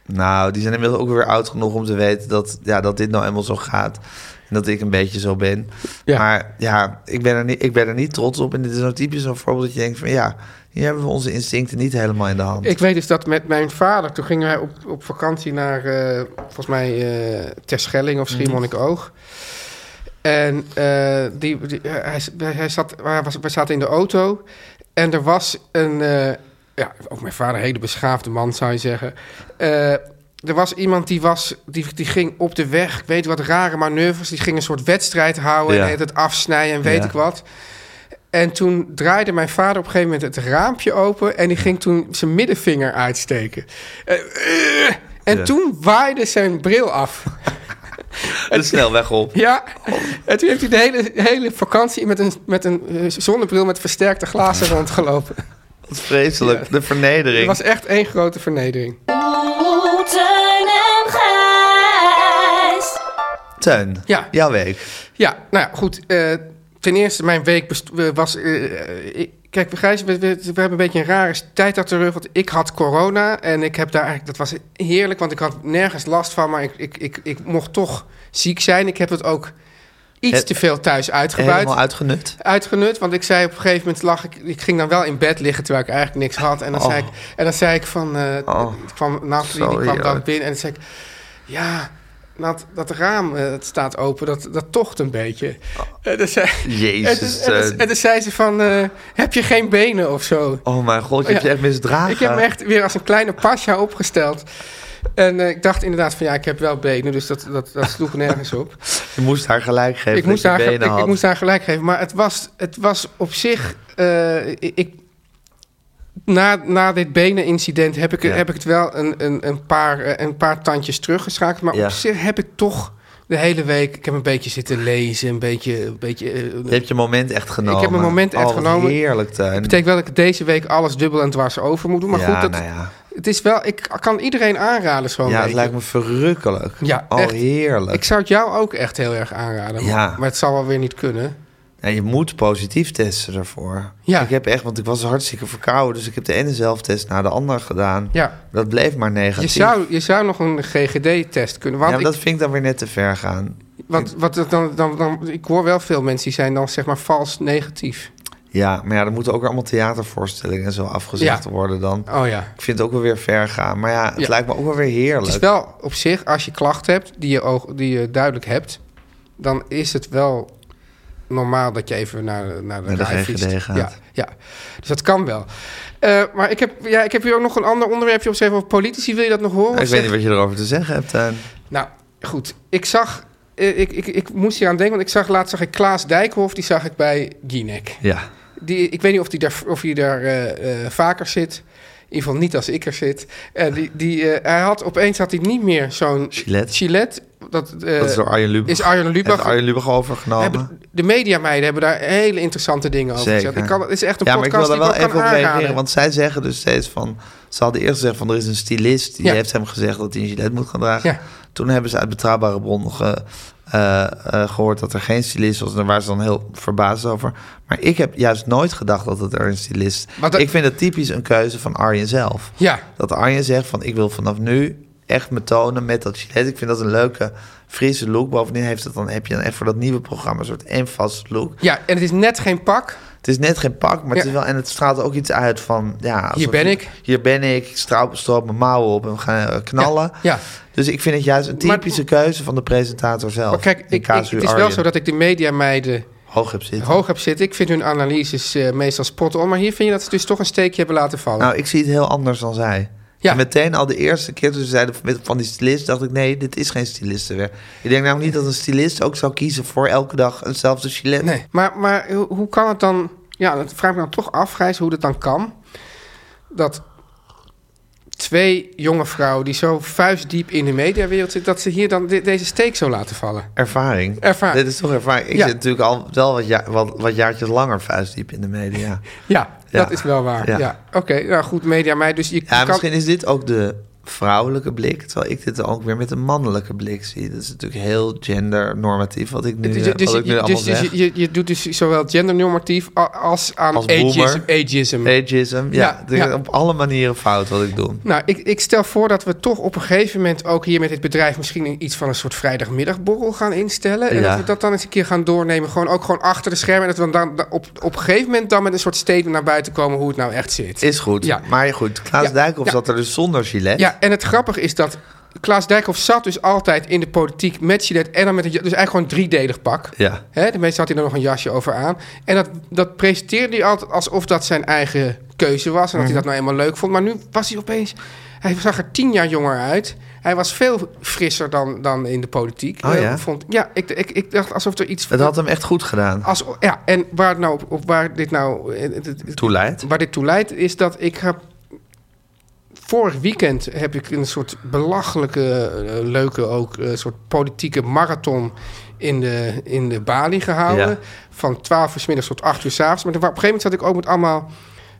Nou, die zijn inmiddels ook weer oud genoeg om te weten dat, ja, dat dit nou eenmaal zo gaat. En dat ik een beetje zo ben. Ja. Maar ja, ik ben, er niet, ik ben er niet trots op. En dit is nou typisch zo'n voorbeeld dat je denkt van... ja, hier hebben we onze instincten niet helemaal in de hand. Ik weet dus dat met mijn vader, toen gingen wij op, op vakantie naar, eh, volgens mij, eh Terschelling of Schiermonnikoog. En eh, die, die- hij, hij zat, hij was, we zaten in de auto en er was een... eh, ja, ook mijn vader, een hele beschaafde man zou je zeggen. Eh, er was iemand die, was, die, die ging op de weg, ik weet wat rare manoeuvres. Die ging een soort wedstrijd houden Ja. en het afsnijden en weet Ja. ik wat. En toen draaide mijn vader op een gegeven moment het raampje open... en die ging toen zijn middenvinger uitsteken. Eh, eh, en Ja. toen waaide zijn bril af. [LAUGHS] De snelweg op. Ja, en toen heeft hij de hele, hele vakantie met een, met een eh, zonnebril met versterkte [LAUGHS] glazen rondgelopen. Wat vreselijk. De vernedering. Het was echt één grote vernedering. Oeh, Oh, Teun en Gijs. Teun, Ja. jouw week. Ja, nou ja, goed. eh, ten eerste, mijn week best- eh, was... eh, ik- kijk, Gijs, we, we, we hebben een beetje een rare tijd achter de rug. Want ik had corona en ik heb daar eigenlijk... Dat was heerlijk, want ik had nergens last van. Maar ik, ik, ik, ik mocht toch ziek zijn. Ik heb het ook iets Het- te veel thuis uitgebuit. Helemaal uitgenut. uitgenut. Want ik zei op een gegeven moment lag ik. Ik ging dan wel in bed liggen terwijl ik eigenlijk niks had. En dan Oh. zei ik, en dan zei ik van. eh Oh. ik kwam Nathalie, die Sorry, kwam dan hoor. binnen. En dan zei ik, ja. Nat, dat raam, eh, het staat open, dat, dat tocht een beetje. En dan zei, en Oh. Jezus, dus, en dus- eh. en dus zei ze van, eh, heb je geen benen of zo? Oh mijn god, je hebt Ja. je echt misdragen. Ik heb me echt weer als een kleine pasja opgesteld. En eh, ik dacht inderdaad van, ja, ik heb wel benen, dus dat, dat, dat sloeg nergens op. Je moest haar gelijk geven ik moest, dat haar, je ik, benen ik had. moest haar gelijk geven. Maar het was, het was op zich. eh, ik- ik, na, na dit benenincident heb ik, Ja. heb ik het wel een, een, een, paar, eh, een paar tandjes teruggeschakeld. Maar Ja. op zich heb ik toch de hele week. Ik heb een beetje zitten lezen. Een beetje. Een beetje eh, Je hebt je moment echt genomen. Ik heb mijn moment echt Oh, wat genomen. heerlijk, Teun. dat betekent wel dat ik deze week alles dubbel en dwars over moet doen. Maar ja, goed, dat, nou ja. het is wel. Ik kan iedereen aanraden zo'n ja, het week. lijkt me verrukkelijk. Oh, Ja, oh, echt. heerlijk. Ik zou het jou ook echt heel erg aanraden. Ja. Maar, maar het zal wel weer niet kunnen. Ja, je moet positief testen daarvoor. Ja. Ik heb echt, want ik was hartstikke verkouden, dus ik heb de ene zelftest na de ander gedaan. Ja. Dat bleef maar Je negatief. zou, je zou nog een GGD-test kunnen. ja, Want, maar ik, dat vind ik dan weer net te ver gaan. want wat, dan, dan, dan- ik hoor wel veel mensen die zijn dan zeg maar vals negatief. Ja, maar ja, er moeten ook allemaal theatervoorstellingen en zo afgezegd Ja. worden dan. Oh ja. Ik vind het ook wel weer ver gaan. Maar ja, het Ja. lijkt me ook wel weer heerlijk. Het is wel op zich, als je klachten hebt die je, oog, die je duidelijk hebt, dan is het wel normaal dat je even naar, naar de, Naar de rijfiets- GGD gaat. Ja, ja, dus dat kan wel. Eh, maar ik heb, ja, ik heb hier ook nog een ander onderwerpje opgeschreven over politici. Wil je dat nog horen? Nou, Of ik weet zeg- niet wat je erover te zeggen hebt. Teun. Nou, goed. Ik zag, eh, ik, ik, ik moest hier aan denken, want ik zag laatst zag ik Klaas Dijkhoff, die zag ik bij Jinek. Ja. Die, ik weet niet of die daar, of die daar eh, eh, vaker zit. In ieder geval niet als ik er zit. En die, die, eh, hij had, opeens had hij niet meer zo'n Gillette. Dat, eh, dat is door Arjen Lubach. is Arjen Lubach. Heeft Arjen Lubach overgenomen. hebben, de mediameiden hebben daar hele interessante dingen over gezegd. Zeker. Ik kan, het is echt een ja, maar ik wil podcast daar wel die ik ook even op kan reageren. aanraden. Want zij zeggen dus steeds van... Ze hadden eerst gezegd van er is een stylist... die Ja. heeft hem gezegd dat hij een gilet moet gaan dragen. Ja. Toen hebben ze uit betrouwbare bron ge- eh, eh, gehoord dat er geen stylist was. En daar waren ze dan heel verbaasd over. Maar ik heb juist nooit gedacht dat het er een stylist... Maar dat- Ik vind dat typisch een keuze van Arjen zelf. Ja. Dat Arjen zegt van ik wil vanaf nu echt me tonen met dat gilet. Ik vind dat een leuke, frisse look. Bovendien heeft het dan, heb je dan echt voor dat nieuwe programma... een soort en vast look. ja, en het is net geen pak. Het is net geen pak, maar het Ja. is wel... En het straalt ook iets uit van... Ja, alsof Hier ben je- ik. Hier ben ik. Ik straal, stroop mijn mouwen op en we gaan eh, knallen. Ja, ja. Dus ik vind het juist een Maar- typische keuze van de presentator zelf. Maar kijk, In ik, ik- casu het is wel Arjen. zo dat ik de mediameiden Hoog heb zitten. hoog heb zitten. Ik vind hun analyses eh, meestal spot on. Maar hier vind je dat ze dus toch een steekje hebben laten vallen. Nou, ik zie het heel anders dan zij. Ja. En meteen al de eerste keer toen ze zeiden van- van die stylist... dacht ik, nee, dit is geen stylistenwerk. Ik denk namelijk niet dat een stylist ook zou kiezen... voor elke dag eenzelfde gilet. Nee, maar, maar hoe hoe kan het dan... Ja, dat vraag ik me dan toch af, Gijs, hoe dat dan kan. Dat twee jonge vrouwen die zo vuistdiep in de mediawereld zitten... dat ze hier dan de- deze steek zo laten vallen. Ervaring. Ervaring. Dit is toch ervaring. Ik Ja. zit natuurlijk al wel wat, ja- wat, wat jaartjes langer vuistdiep in de [LAUGHS] media. Ja, dat is wel waar. Ja. Ja. Oké, nou goed, media mij. Dus je Ja, kan... misschien is dit ook de vrouwelijke blik, terwijl ik dit ook weer met een mannelijke blik zie. Dat is natuurlijk heel gendernormatief wat ik nu, Dus, eh, dus, wat ik nu je- allemaal dus, dus zeg. je, je doet dus zowel gendernormatief a- als aan Als ageism. boomer. ageism. Ageism, ja, Ja, het is ja. op alle manieren fout wat ik doe. Nou, ik, ik stel voor dat we toch op een gegeven moment ook hier met dit bedrijf misschien een- iets van een soort vrijdagmiddagborrel gaan instellen. En Ja. dat we dat dan eens een keer gaan doornemen. Gewoon ook gewoon achter de schermen. En dat we dan da- op, op een gegeven moment dan met een soort statement naar buiten komen hoe het nou echt zit. Is goed, Ja. maar goed, Klaas Ja. Dijkhoff Ja. zat er dus zonder gilet. Ja, en het grappige is dat Klaas Dijkhoff zat dus altijd in de politiek met Gillette en dan met een, ja- dus eigenlijk gewoon een driedelig pak. Ja. Hè, de meeste had hij er nog een jasje over aan. En dat, dat presenteerde hij altijd alsof dat zijn eigen keuze was. En Mhm. dat hij dat nou eenmaal leuk vond. Maar nu was hij opeens... Hij zag er tien jaar jonger uit. Hij was veel frisser dan, dan in de politiek. Oh Eh, ja? vond, ja ik, ik, ik dacht alsof er iets... Het had hem echt goed gedaan. als, ja, en waar, het nou, op- op, waar dit nou... eh, het- het- Toe leidt. Waar dit toe leidt is dat ik heb... Vorig weekend heb ik een soort belachelijke, eh, leuke ook, eh, soort politieke marathon in de, in de Bali gehouden. Ja. Van 12 uur 's middags tot 8 uur 's avonds. Maar op een gegeven moment zat ik ook met allemaal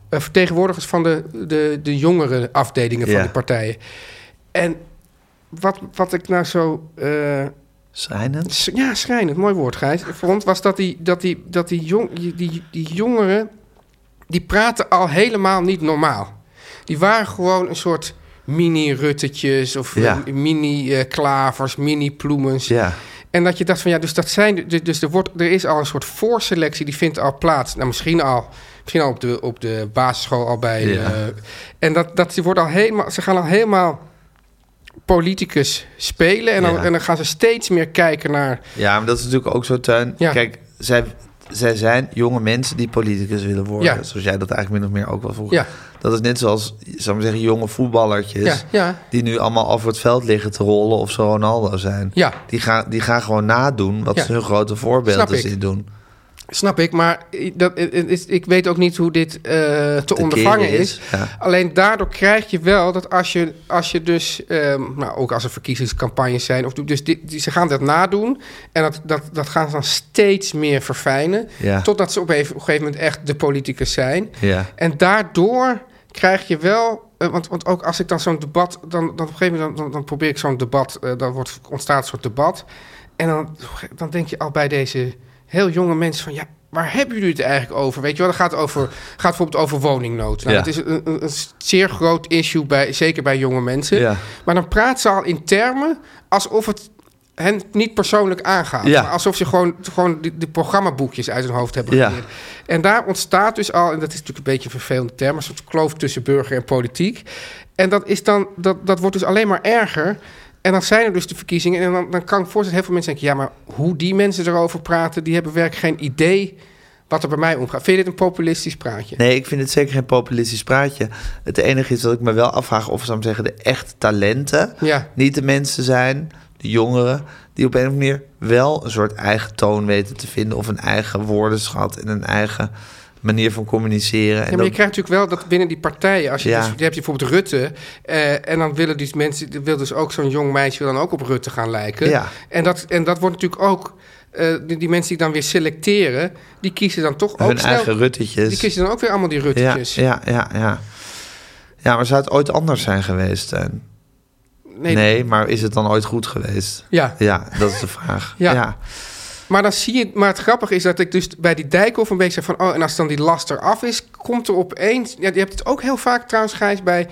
eh, vertegenwoordigers van de, de, de jongere afdelingen van Ja. die partijen. En wat, wat ik nou zo eh, Zijn het? S- Ja, schrijnend. Mooi woord, Gijs. Vond was dat die, dat die, dat die, jong, die, die, die jongeren... die praten al helemaal niet normaal. Die waren gewoon een soort mini-ruttetjes... of Ja. eh, mini-klavers, mini-ploemens. Ja. En dat je dacht van ja, dus dat zijn. Dus, dus er, wordt, er is al een soort voorselectie die vindt al plaats. Nou, misschien al. Misschien al op de, op de basisschool al bij. Ja. eh, en dat, dat die wordt al helemaal. Ze gaan al helemaal politicus spelen. En dan, Ja. en dan gaan ze steeds meer kijken naar. Ja, maar dat is natuurlijk ook zo, Teun. Ja. Kijk, zij, zij zijn jonge mensen die politicus willen worden. Ja. Zoals jij dat eigenlijk min of meer ook wel vroeger. Ja. Dat is net zoals, zou ik maar zeggen, jonge voetballertjes... Ja, ja. die nu allemaal over het veld liggen te rollen of ze Ronaldo zijn. Ja. Die, gaan, die gaan gewoon nadoen wat Ja. ze hun grote Snap voorbeelden ik. zien doen. Snap ik, maar i- dat, i- i- is, ik weet ook niet hoe dit eh, te, ondervangen keren is. is, ja. Alleen daardoor krijg je wel dat als je, als je dus, ehm, nou, ook als er verkiezingscampagnes zijn, of, dus dit, die- ze gaan dat nadoen en dat, dat, dat gaan ze dan steeds meer verfijnen, Ja. totdat ze op, een- op een gegeven moment echt de politicus zijn. Ja. En daardoor krijg je wel. eh, Want, want ook als ik dan zo'n debat. Dan, dan op een gegeven moment dan, dan, dan probeer ik zo'n debat. eh, dan wordt, ontstaat een soort debat. En dan, dan denk je al bij deze heel jonge mensen van ja. Waar hebben jullie het eigenlijk over? Weet je wel, dat gaat, over, gaat bijvoorbeeld over woningnood. Nou, Ja. Dat is een, een, een zeer groot issue, bij, zeker bij jonge mensen. Ja. Maar dan praat ze al in termen alsof het hen niet persoonlijk aangaat. Ja. Maar alsof ze gewoon, gewoon de, de programmaboekjes uit hun hoofd hebben Ja. geleerd. En daar ontstaat dus al, en dat is natuurlijk een beetje een vervelende term... een soort kloof tussen burger en politiek. En dat, is dan, dat, dat wordt dus alleen maar erger... En dan zijn er dus de verkiezingen. En dan, dan kan ik voorstellen, heel veel mensen denken... ja, maar hoe die mensen erover praten... die hebben werkelijk geen idee wat er bij mij omgaat. Vind je dit een populistisch praatje? Nee, ik vind het zeker geen populistisch praatje. Het enige is dat ik me wel afvraag of zou ik maar zeggen, de echt talenten Ja. niet de mensen zijn, de jongeren, die op een of andere manier wel een soort eigen toon weten te vinden of een eigen woordenschat en een eigen manier van communiceren. En Ja, maar dat- je krijgt natuurlijk wel dat binnen die partijen, als je, Ja. dus, je hebt bijvoorbeeld Rutte, eh, en dan willen die mensen, wil dus ook zo'n jong meisje wil dan ook op Rutte gaan lijken. Ja. En, dat, en dat wordt natuurlijk ook, eh, die, die mensen die dan weer selecteren, die kiezen dan toch ook hun snel, eigen ruttetjes. die kiezen dan ook weer allemaal die ja, Ruttetjes. ja, ja, ja. Ja, maar zou het ooit anders zijn geweest? Teun? Nee, Nee, maar is het dan ooit goed geweest? Ja. Ja, dat is de vraag. Ja. Ja. Maar dan zie je, maar het grappige is dat ik dus bij die Dijkhoff een beetje zeg van, oh, en als dan die last eraf is, komt er opeens, ja, je hebt het ook heel vaak trouwens, Gijs, bij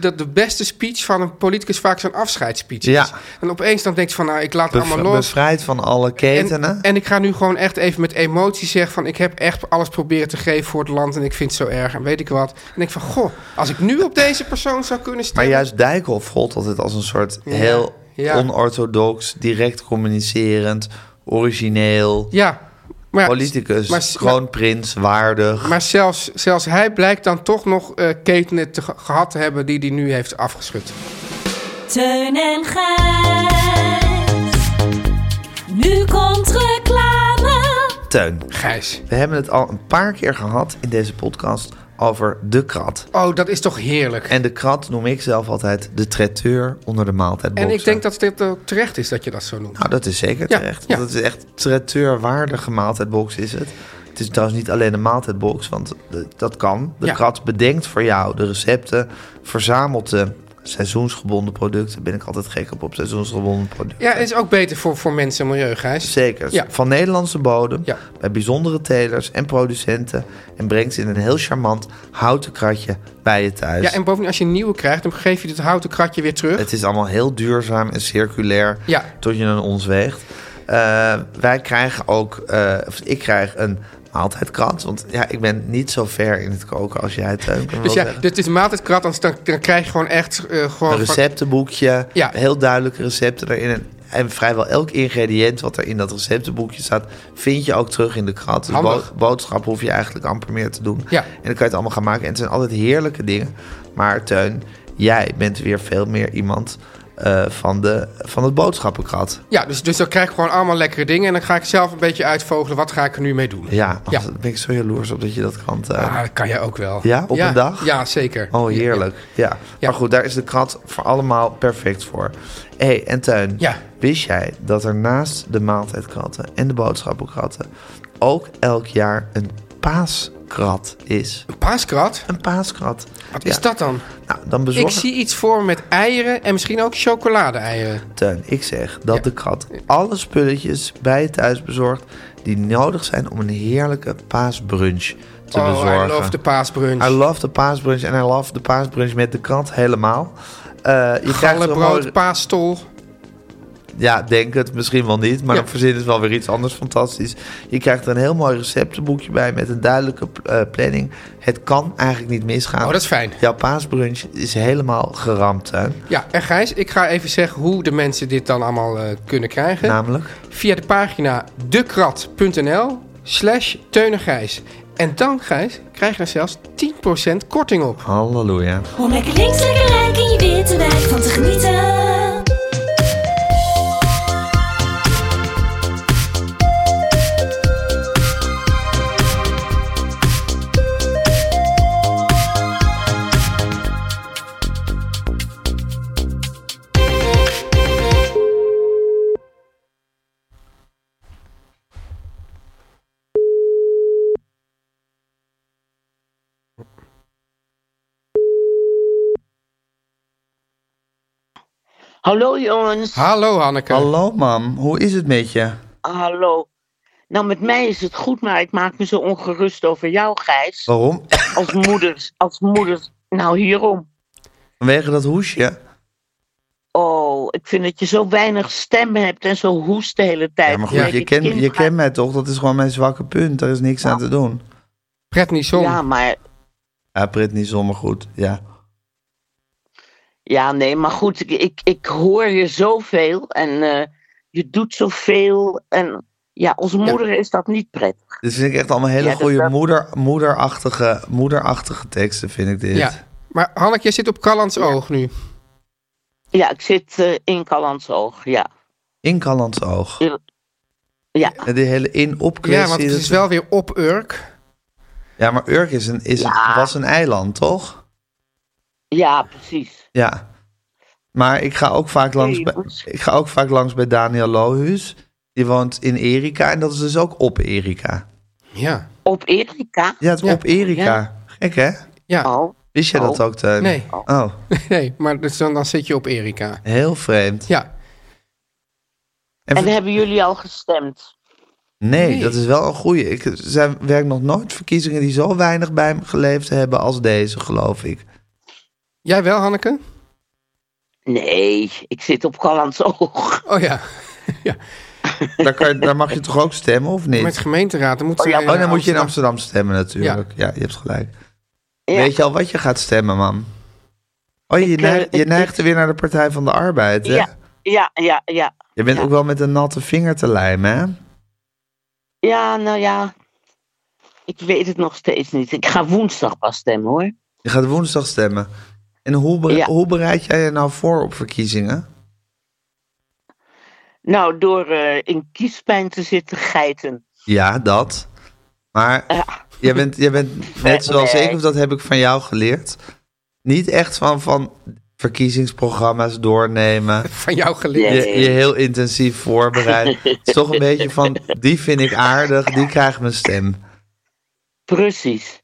dat de beste speech van een politicus vaak zo'n afscheidsspeech Ja. is. En opeens dan denk je van, nou, ik laat het Bev- allemaal los. bevrijd van alle ketenen. En, en ik ga nu gewoon echt even met emotie zeggen van... ik heb echt alles proberen te geven voor het land... en ik vind het zo erg en weet ik wat. En ik van, goh, als ik nu op deze persoon zou kunnen Maar stemmen... juist Dijkhoff gold altijd als een soort heel ja. onorthodox, direct communicerend, origineel, Ja, maar, politicus, maar- kroonprins, waardig. maar zelfs, zelfs hij blijkt dan toch nog eh ketenen te, ge- gehad te hebben... die hij nu heeft afgeschud. Teun en Gijs. Nu komt reclame. Teun, Gijs. we hebben het al een paar keer gehad in deze podcast over de krat. Oh, dat is toch heerlijk. En, En de krat noem ik zelf altijd de traiteur onder de maaltijdboxen. ik denk dat dit ook terecht is dat je dat zo noemt. Nou, dat is zeker Ja, terecht. ja. Want het is echt traiteur-waardige maaltijdbox is het. Het is trouwens niet alleen een maaltijdbox, want eh, dat kan. De Ja. krat bedenkt voor jou de recepten, verzamelt de seizoensgebonden producten. Ben ik altijd gek op, op seizoensgebonden producten. Ja, het is ook beter voor, voor mensen en milieu, Gijs. Zeker. Ja. Van Nederlandse bodem, Ja. bij bijzondere telers en producenten. En brengt ze in een heel charmant houten kratje bij je thuis. Ja, en bovendien, als je een nieuwe krijgt... dan geef je dit houten kratje weer terug. Het is allemaal heel duurzaam en circulair. Ja. Tot je een ons weegt. Eh, wij krijgen ook, eh, of ik krijg een maaltijdkrant. Want ja, ik ben niet zo ver in het koken als jij, Teun. kan ik Dus wel ja, zeggen. dus het is maaltijdkrat, dan, dan, dan krijg je gewoon echt... eh, gewoon Een receptenboekje, Ja. heel duidelijke recepten erin. En, en vrijwel elk ingrediënt wat er in dat receptenboekje staat... vind je ook terug in de krant. Dus Handig. bo- boodschap hoef je eigenlijk amper meer te doen. Ja. En dan kan je het allemaal gaan maken. En het zijn altijd heerlijke dingen. Maar Teun, jij bent weer veel meer iemand... eh, van, de, van het boodschappenkrat. Ja, dus, dus dan krijg ik gewoon allemaal lekkere dingen. En dan ga ik zelf een beetje uitvogelen, wat ga ik er nu mee doen? Ja, Ja. daar ben ik zo jaloers op dat je dat krant... eh, Ah, dat kan jij ook wel. Ja, op een dag? Ja, zeker. Oh, heerlijk. Ja. Ja. Maar goed, daar is de krat voor allemaal perfect voor. Hé, hey, en Tuin, Ja. wist jij dat er naast de maaltijdkratten en de boodschappenkratten ook elk jaar een paaskrat is? Een paaskrat? Een paaskrat. Wat Ja. is dat dan? Nou, dan Ik bezorg zie iets voor me met eieren en misschien ook chocolade-eieren. Teun, ik zeg dat Ja. de krat alle spulletjes bij je thuis bezorgt die nodig zijn om een heerlijke paasbrunch te Oh, bezorgen. I love de paasbrunch. I love de paasbrunch en I love de paasbrunch met de krant helemaal. Eh je krijgt er een Gallebrood, mooi- paastol. Ja, denk het misschien wel niet. Maar Ja. dan verzin is wel weer iets anders fantastisch. Je krijgt er een heel mooi receptenboekje bij met een duidelijke eh, planning. Het kan eigenlijk niet misgaan. Oh, dat is fijn. Jouw paasbrunch is helemaal geramd, hè? Ja, en Gijs, ik ga even zeggen hoe de mensen dit dan allemaal eh, kunnen krijgen. Namelijk. Via de pagina dekrat.nl slash teunengijs. En dan, Gijs, krijg je er zelfs 10% korting op. Halleluja. Om lekker links, lekker rijk in je witte wijk van te genieten. Hallo jongens. Hallo Hanneke. Hallo, mam. Hoe is het met je? Hallo. Nou, met mij is het goed, maar ik maak me zo ongerust over jou, Gijs. Waarom? [LAUGHS] Als moeder, als moeder. Nou, hierom. Vanwege dat hoesje. Oh, ik vind dat je zo weinig stem hebt en zo hoest de hele tijd. Ja, maar goed, Dat je, het ken, kind je gaat- kent mij toch? Dat is gewoon mijn zwakke punt. Daar is niks aan te doen. Pret niet zon. Ja, maar... Ja, pret niet zomaar goed. Ja. Ja, nee, maar goed, ik, ik, ik hoor je zoveel en eh, je doet zoveel. En ja, als moeder is dat niet prettig. Dit vind ik echt allemaal hele Ja, dat goede wel. moeder, moederachtige, moederachtige teksten, vind ik dit. Ja. Maar Hanneke, jij zit op Callans oog nu. Ja, ik zit eh, in Callans oog, ja. In Callands oog. Ja, En die hele in-op Ja, kwestie. want het dat- is wel weer op Urk. Ja, maar Urk is een, is Ja. was een eiland, toch? ja precies. Ja. Maar ik ga ook vaak langs, bij, dus- ik ga ook vaak langs bij Daniel Lohuus. Die woont in Erika en dat is dus ook op Erika. Ja. Op Erika? Ja, het is Ja. op Erika. Gek, hè? Ja. Oh, Wist jij dat Oh. ook, Teun? Nee. Oh, [LAUGHS] Nee, maar dus dan, dan zit je op Erika. heel vreemd. Ja. En en ver- hebben jullie al gestemd? nee, Nee. dat is wel een goeie. Ik, er zijn, werk nog nooit verkiezingen die zo weinig bij hem geleefd hebben als deze, geloof ik. Jij wel, Hanneke? Nee, ik zit op Callans oog. Oh ja. ja. Daar, kan je- daar mag je toch ook stemmen, of niet? Met gemeenteraad. Dan moet Oh ja, ze- eh, Oh, dan moet je in Amsterdam stemmen natuurlijk. Ja, je hebt gelijk. Ja. Weet je al wat je gaat stemmen, mam? Oh, je, Ik, eh, neigt, je ik- neigt weer naar de Partij van de Arbeid, hè? Ja, ja, ja, ja. Je bent ja. ook wel met een natte vinger te lijmen, hè? Ja, nou ja. Ik weet het nog steeds niet. Ik ga woensdag pas stemmen hoor. Je gaat woensdag stemmen. En hoe, bere- Ja. hoe bereid jij je nou voor op verkiezingen? Nou, door eh, in kiespijn te zitten geiten. Ja, dat. Maar Ja. jij, bent, jij bent net zoals [LAUGHS] Nee. ik, of dat heb ik van jou geleerd... niet echt van, van verkiezingsprogramma's doornemen... Van jou geleerd. Nee. je, je heel intensief voorbereid. Het is toch een beetje van, die vind ik aardig, die krijgt mijn stem. Precies.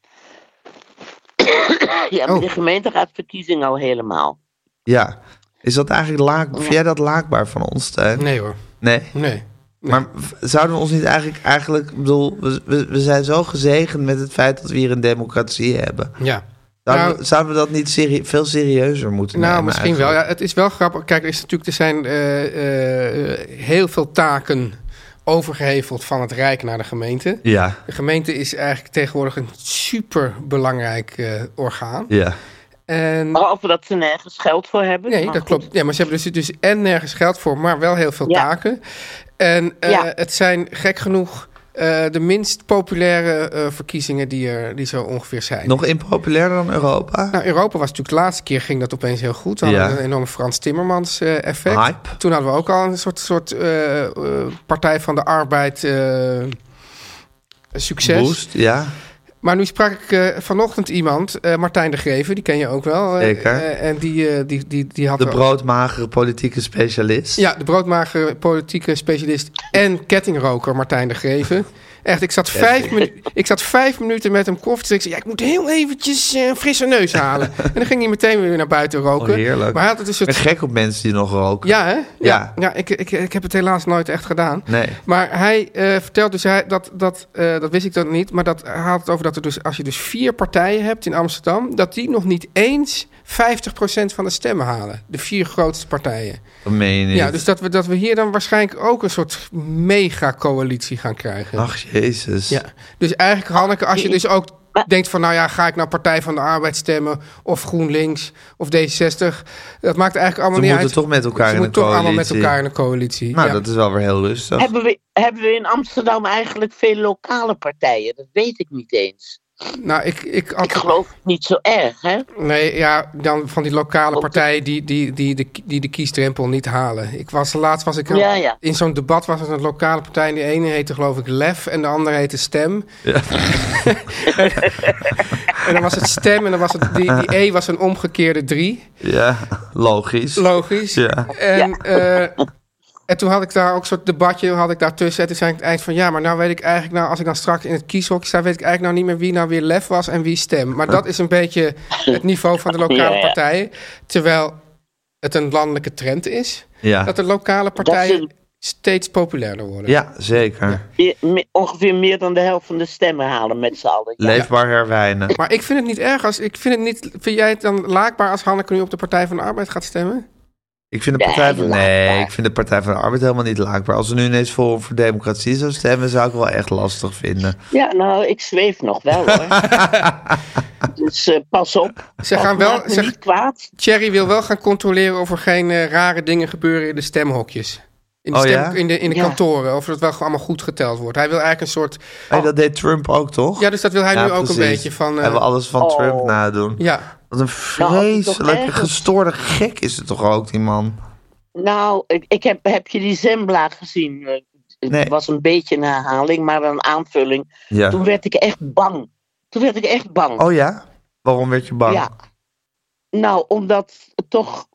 [COUGHS] ja, maar Oh. de gemeenteraadsverkiezing al helemaal. Ja. Is dat eigenlijk laak, vind jij dat laakbaar van ons, Teun? Nee hoor. Nee. Nee. Maar v- zouden we ons niet eigenlijk, eigenlijk ik bedoel, we, we, we zijn zo gezegend met het feit dat we hier een democratie hebben. Ja. Zouden, Nou- we, zouden we dat niet serie- veel serieuzer moeten Nou, nemen? misschien wel. Ja, het is wel grappig. Kijk, er, is natuurlijk, er zijn eh, eh, eh, heel veel taken overgeheveld van het Rijk naar de gemeente. Ja, De gemeente is eigenlijk tegenwoordig een superbelangrijk eh, orgaan. ja. En Behalve dat ze nergens geld voor hebben. Nee, maar dat goed. klopt. Ja, maar ze hebben dus, dus en nergens geld voor, maar wel heel veel Ja. taken. En eh, Ja. het zijn gek genoeg eh, de minst populaire eh, verkiezingen die er die zo ongeveer zijn. Nog impopulairder dan Europa? Nou, Europa was natuurlijk de laatste keer ging dat opeens heel goed. Dan Ja. hadden we een enorme Frans Timmermans eh, effect. Hype. Toen hadden we ook al een soort, soort eh, eh, Partij van de Arbeid eh, succes. Boost, ja. Maar nu sprak ik eh, vanochtend iemand, eh, Martijn de Greven, die ken je ook wel. eh, Zeker. eh, en die, eh, die, die, die had De er- broodmagere politieke specialist. Ja, de broodmager, politieke specialist en kettingroker Martijn de Greven. Echt, ik zat, vijf minu- ik zat vijf minuten met hem koffie te drinken. Ik zei, ja, ik moet heel eventjes eh, een frisse neus [LAUGHS] halen. En dan ging hij meteen weer naar buiten roken. Oh, heerlijk. Maar hij had het een Ik ben soort... gek op mensen die nog roken. Ja, hè? Ja, ja. Ja. ik, ik, ik heb het helaas nooit echt gedaan. Nee. Maar hij eh, vertelt dus, hij, dat, dat, eh, dat wist ik dan niet, maar dat hij had het over dat er dus, als je dus vier partijen hebt in Amsterdam, dat die nog niet eens 50% van de stemmen halen. De vier grootste partijen. Dat meen je niet. Ja, dus dat we, dat we hier dan waarschijnlijk ook een soort mega-coalitie gaan krijgen. Ach, jezus. Ja. Dus eigenlijk, Hanneke, als je dus ook Maar- denkt van... nou ja, ga ik nou Partij van de Arbeid stemmen... of GroenLinks of D66... dat maakt eigenlijk allemaal Ze niet moeten uit. toch met elkaar Ze in moeten een toch allemaal met coalitie. elkaar in een coalitie. Nou, ja. dat is wel weer heel rustig. Hebben we, hebben we in Amsterdam eigenlijk veel lokale partijen? Dat weet ik niet eens. nou ik, ik, had- Ik geloof het niet zo erg, hè? Nee, ja, dan van die lokale partijen die, die, die, die, die de kiesdrempel niet halen. Ik was, laatst was ik Ja, ja. in zo'n debat was er een lokale partij... en de ene heette geloof ik LEF en de andere heette STEM. [LAUGHS] en dan was het STEM en dan was het... Die, die E was een omgekeerde drie, Ja, logisch. logisch. Ja. En, eh, en toen had ik daar ook een soort debatje had ik daar tussen. En toen zei ik aan het eind van... ja, maar nou weet ik eigenlijk... Nou, als ik dan straks in het kieshok sta... weet ik eigenlijk nou niet meer wie nou weer lef was en wie stem. Maar dat is een beetje het niveau van de lokale Ja, ja. partijen. Terwijl het een landelijke trend is... ja. dat de lokale partijen is- steeds populairder worden. ja, zeker. Meer- me- Ongeveer meer dan de helft van de stemmen halen met z'n allen. Ja. Leefbaar herwijnen. Maar ik vind het niet erg als... Ik vind, het niet, vind jij het dan laakbaar als Hanneke nu op de Partij van de Arbeid gaat stemmen? Ik vind de Nee, Partij van... Nee, laakbaar. ik vind de Partij van de Arbeid helemaal niet laakbaar. Als ze nu ineens voor, voor democratie zou stemmen, zou ik wel echt lastig vinden. Ja, nou, ik zweef nog wel [LAUGHS] hoor. dus eh, pas op. Ze Pas- gaan wel... maak me Ze, niet kwaad. Thierry wil wel gaan controleren of er geen eh, rare dingen gebeuren in de stemhokjes. In de, Oh, stem- ja? in de, in de Ja. kantoren, of dat wel gewoon allemaal goed geteld wordt. Hij wil eigenlijk een soort... Hey, dat deed Trump ook, toch? Oh. Ja, dus dat wil hij Ja, nu ook een precies. beetje van... eh, Hebben we alles van Oh. Nou, Trump nadoen. Ja, Wat een vreselijke, ergens- gestoorde gek is het toch ook, die man? Nou, ik, ik heb, heb je die Zembla gezien? Eh, Het Nee. was een beetje een herhaling, maar een aanvulling. Toen Ja. werd ik echt bang. Toen werd ik echt bang. Oh ja? Waarom werd je bang? Ja. Nou, omdat toch.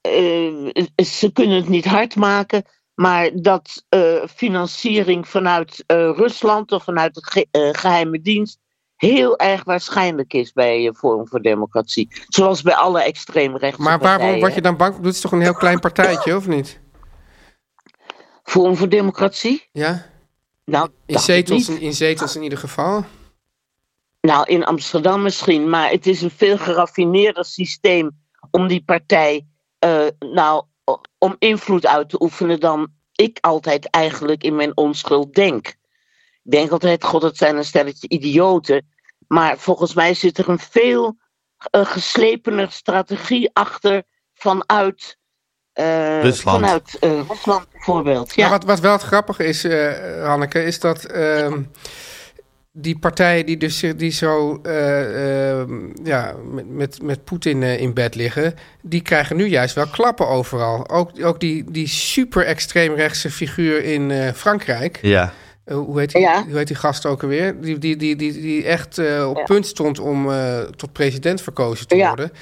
eh, ze kunnen het niet hard maken. Maar dat eh, financiering vanuit eh, Rusland of vanuit de ge- eh, geheime dienst heel erg waarschijnlijk is bij eh, Forum voor Democratie. Zoals bij alle extreemrechtse maar waarom partijen, word je hè. dan bang? voor? Dat is toch een heel klein partijtje, of niet? Forum voor Democratie? Ja? Nou, In dacht ik zetels, niet. in, in zetels in ieder geval. Nou, in Amsterdam misschien, maar het is een veel geraffineerder systeem om die partij, eh, nou, o- om invloed uit te oefenen dan ik altijd eigenlijk in mijn onschuld denk. Ik denk altijd, god, het zijn een stelletje idioten. Maar volgens mij zit er een veel eh, geslepener strategie achter vanuit, eh, Rusland. vanuit eh, Rusland bijvoorbeeld. Ja. Maar Nou, wat, wat wel het grappige is, eh, Hanneke, is dat ehm, die partijen die, dus, die zo eh, ehm, ja, met, met, met Poetin eh, in bed liggen, die krijgen nu juist wel klappen overal. Ook, ook die, die super extreemrechtse figuur in eh, Frankrijk. Ja. Eh, hoe, heet die, Ja. hoe heet die gast ook alweer? Die, die, die, die, die echt eh, op punt stond om eh, tot president verkozen te Ja. worden.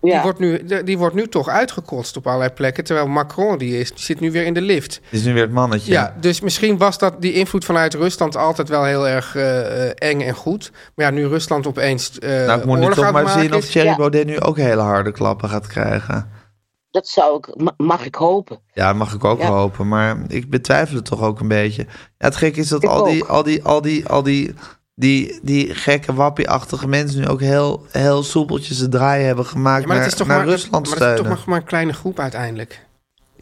Die, Ja. wordt nu, de- die wordt nu toch uitgekotst op allerlei plekken. Terwijl Macron, die, is, die zit nu weer in de lift. Het is nu weer het mannetje. Ja, dus misschien was dat die invloed vanuit Rusland altijd wel heel erg eh, eh, eng en goed. Maar ja, nu Rusland opeens eh nou, ik moet nu oorlog aan toch het maar maken zien of is. Thierry Ja. Baudet nu ook hele harde klappen gaat krijgen. Dat zou ik, ma- mag ik hopen. Ja, dat mag ik ook Ja. hopen. Maar ik betwijfel het toch ook een beetje. Ja, het gekke is dat Ik al die, ook. al die, al die, al die, die, die gekke wappie-achtige mensen nu ook heel, heel soepeltjes de draai hebben gemaakt Ja, maar naar, dat is toch naar maar, Rusland maar dat is toch steunen. maar, maar een kleine groep uiteindelijk.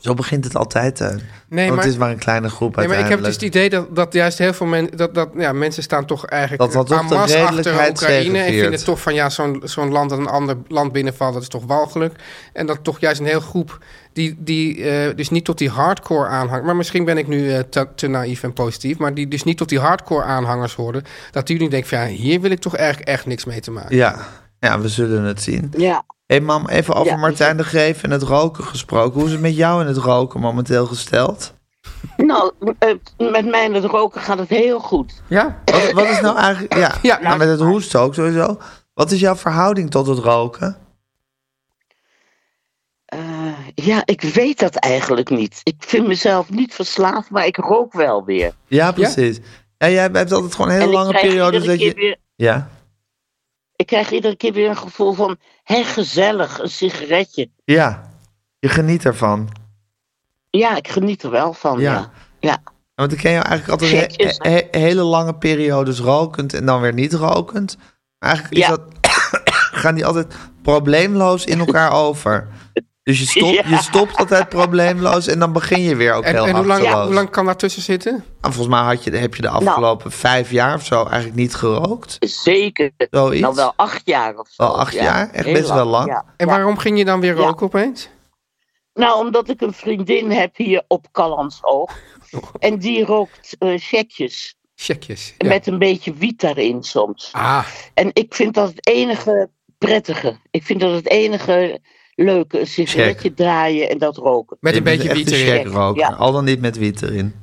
Zo begint het altijd, Teun. Nee, Want maar- het is maar een kleine groep Nee, maar ik heb dus uiteindelijk. het idee dat, dat juist heel veel mensen... Dat, dat, ja, mensen staan toch eigenlijk Dat dat toch aan de mas achter redelijkheid Oekraïne... en tegenviert. vinden toch van ja, zo'n zo'n land dat een ander land binnenvalt... dat is toch walgelijk. En dat toch juist een heel groep die, die eh, dus niet tot die hardcore aanhangt... maar misschien ben ik nu eh, te, te naïef en positief... maar die dus niet tot die hardcore aanhangers horen... dat die nu denken van ja, hier wil ik toch eigenlijk echt niks mee te maken. Ja. ja, we zullen het zien. Ja. Hé mam, even over Ja. Martijn de Greef en het roken gesproken. Hoe is het met jou en het roken momenteel gesteld? Nou, eh, met mij en het roken gaat het heel goed. Ja? Wat, wat is nou eigenlijk... Ja, Ja. nou, met het hoesten ook sowieso. Wat is jouw verhouding tot het roken? Eh, ja, ik weet dat eigenlijk niet. Ik vind mezelf niet verslaafd, maar ik rook wel weer. Ja, precies. Ja, jij hebt altijd gewoon en hele ik lange krijg periodes iedere dat keer je... weer- Ja, ik krijg iedere keer weer een gevoel van, hé gezellig, een sigaretje. ja. Je geniet ervan. Ja, ik geniet er wel van. Ja. Ja, ja. ja. Ja, Want ik ken jou eigenlijk altijd he- Gekjes. he- hele lange periodes rokend en dan weer niet rokend. Maar eigenlijk is Ja. dat, [COUGHS] gaan die altijd probleemloos in [LAUGHS] elkaar over. Dus je, stopt Ja. je stopt altijd probleemloos en dan begin je weer ook En, heel en hoe, lang, achterloos. hoe lang kan daartussen zitten? Nou, volgens mij had je, heb je de Nou. afgelopen vijf jaar of zo eigenlijk niet gerookt. zeker. Zoiets? Nou, wel acht jaar of zo. Wel acht ja. jaar? Echt Heel best wel lang. ja. En Ja. waarom ging je dan weer roken opeens? Nou, omdat ik een vriendin heb hier op [LAUGHS] Callandsoog. En die rookt eh checkjes. Checkjes. Ja. Met een beetje wiet daarin soms. Ah, En ik vind dat het enige prettige. Ik vind dat het enige leuke. Een sigaretje draaien en dat roken. met een Je bent beetje echt wiet een erin. check roken. Ja. Al dan niet met wiet erin.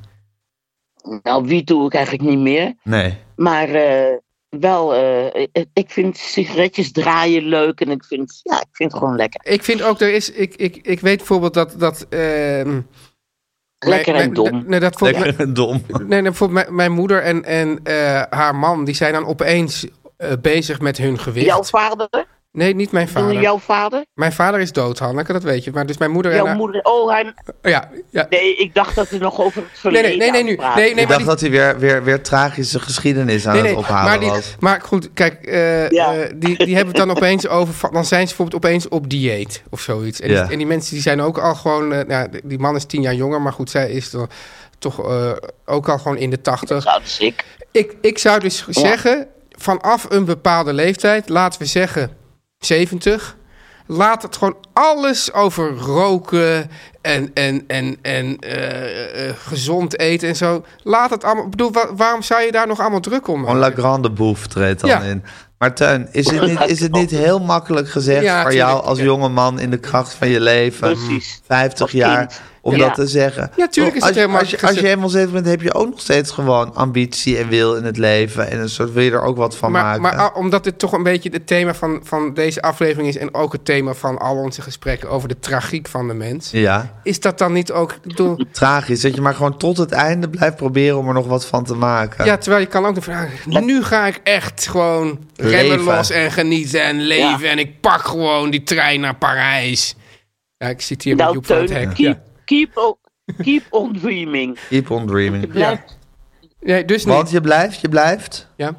Nou, wie doe ik eigenlijk niet meer. Nee. Maar eh, wel, eh, ik vind sigaretjes draaien leuk. En ik vind, ja, ik vind het gewoon lekker. Ik vind ook, er is, ik, ik, ik weet bijvoorbeeld dat... dat ehm, Lekker mijn- en dom. mijn- Nee, dat voor, mijn, Lekker [LAUGHS] dom. nee, nee, voor mijn, mijn moeder en, en eh, haar man, die zijn dan opeens eh, bezig met hun gewicht. Jouw vader? nee, niet mijn Bedoel vader. je Jouw vader? Mijn vader is dood, Hanneke, dat weet je. Maar dus mijn moeder en Jouw haar- moeder? Oh, hij... Ja, ja. Nee, ik dacht dat we nog over het Nee, verleden nee, nee, nee, nu. aan het praten Nee, nee, ik maar dacht die- dat hij weer, weer, weer tragische geschiedenis aan Nee, nee, het ophalen maar, die, was. maar goed, kijk, eh, Ja. eh, die, die hebben het dan opeens over. van- Dan zijn ze bijvoorbeeld opeens op dieet of zoiets. En, Ja. die, en die mensen die zijn ook al gewoon. eh, nou, die- die man is tien jaar jonger, maar goed, zij is dan toch eh, ook al gewoon in de tachtig. Nou, dus ik. Ik, ik zou dus zeggen, vanaf een bepaalde leeftijd, laten we zeggen 70, laat het gewoon alles over roken en, en, en, en eh, eh, gezond eten en zo. Laat het allemaal. Ik bedoel, wa- waarom zou je daar nog allemaal druk om maken? Gewoon La Grande Boef treedt dan Ja. in. Maar Teun, is het niet, is het niet heel makkelijk gezegd Ja, voor tuurlijk, jou als ja. jonge man in de kracht van je leven, Precies. 50 Als jaar, kind. om Ja. dat te zeggen? Ja, tuurlijk is het als, je- heel als, je, makkelijk als je gezegd. helemaal 70 bent, heb je ook nog steeds gewoon ambitie en wil in het leven. En een soort wil je er ook wat van Maar, maken. maar ah, omdat dit toch een beetje het thema van, van deze aflevering is... en ook het thema van al onze gesprekken over de tragiek van de mens... ja, is dat dan niet ook... ik bedoel, tragisch. Dat je maar gewoon tot het einde blijft proberen om er nog wat van te maken. Ja, terwijl je kan ook nog vragen. Nu ga ik echt gewoon remmen Leven. los en genieten en leven. En ik pak gewoon die trein naar Parijs. Ja, ik zit hier met Nou, Joep van het Teun, Hek. keep, Ja. keep, on, keep on dreaming. Keep on dreaming. Blijf Nee, dus Want niet. je blijft, je blijft. Ja.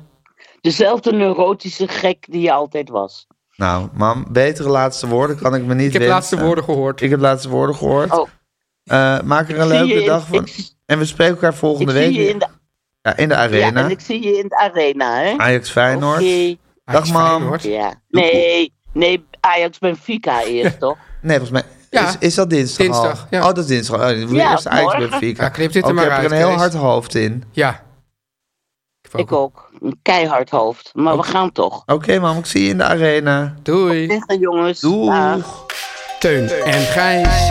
dezelfde neurotische gek die je altijd was. Nou, mam, betere laatste woorden kan ik me niet Ik heb wensen. laatste woorden gehoord. Ik heb laatste woorden gehoord. Oh. Eh, maak er een zie leuke je in- dag van. ik- En we spreken elkaar Ik volgende week. zie je in de, ja, in de ja, arena. en ik zie je in de arena, hè? Ajax Oké, Feyenoord. Dag, Ajax mam. Feyenoord. ja. Nee, nee, Ajax [LAUGHS] Benfica eerst, toch? Nee, volgens mij. Ja. Is, is dat dinsdag? al? Dinsdag, ja. Oh, dat is dinsdag. Oh, we Ja, eerst Ajax morgen. Benfica. Ja, knip dit er Ook, maar Ik heb uit, er een heel Kees. hard hoofd in. Ja. Ik heb Ik ook. Een keihard hoofd. Maar we gaan toch. Oké, mam, ik zie je in de arena. Doei. Zeggen jongens. Dag. Doeg. Teun en Gijs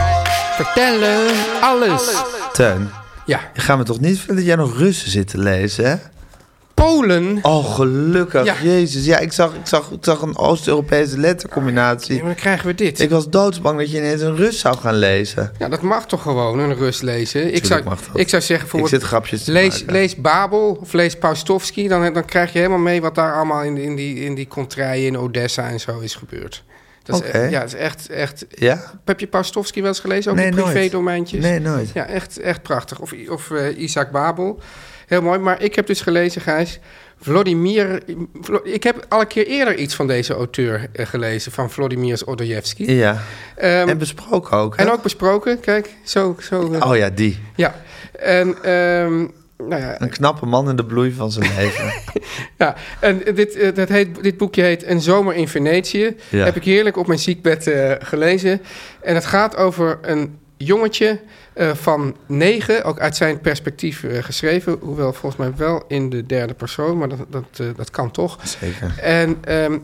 vertellen alles. Teun, Ja. je gaat me toch niet vinden dat jij nog Russen zit te lezen, hè? Polen. Oh, gelukkig. Ja. Jezus. Ja, ik zag, ik zag, ik zag een Oost-Europese lettercombinatie. Ja, maar dan krijgen we dit. Ik was doodsbang dat je ineens een Rus zou gaan lezen. Ja, nou, dat mag toch gewoon, een rust lezen. Ik zou, mag dat. ik zou zeggen, Ik bijvoorbeeld, zit grapjes te lees, maken. lees Babel of lees Paustovsky. Dan, dan krijg je helemaal mee wat daar allemaal in, in die, in die contraien in Odessa en zo is gebeurd. Dat is, Oké. echt- ja, dat is echt, echt... Ja? Heb je Paustovsky wel eens gelezen? Ook Nee, in nooit. privé-domeintjes? Nee, nooit. Ja, echt, echt prachtig. Of, of eh, Isaac Babel. Heel mooi. Maar ik heb dus gelezen, Gijs, Vladimir. Vlo- Ik heb al een keer eerder iets van deze auteur eh, gelezen, van Vladimir Odojevski. Ja. Ehm, en besproken ook. hè? en nou ook besproken, kijk, zo. zo eh, Oh ja, die. Ja. En, ehm, nou ja, Een knappe man in de bloei van zijn [LAUGHS] leven. Ja, en dit, eh, dat heet, dit boekje heet Een zomer in Venetië. Ja. Heb ik heerlijk op mijn ziekbed eh, gelezen. En het gaat over een jongetje eh, van negen, ook uit zijn perspectief eh, geschreven. Hoewel volgens mij wel in de derde persoon, maar dat, dat, eh, dat kan toch. Zeker. En ehm,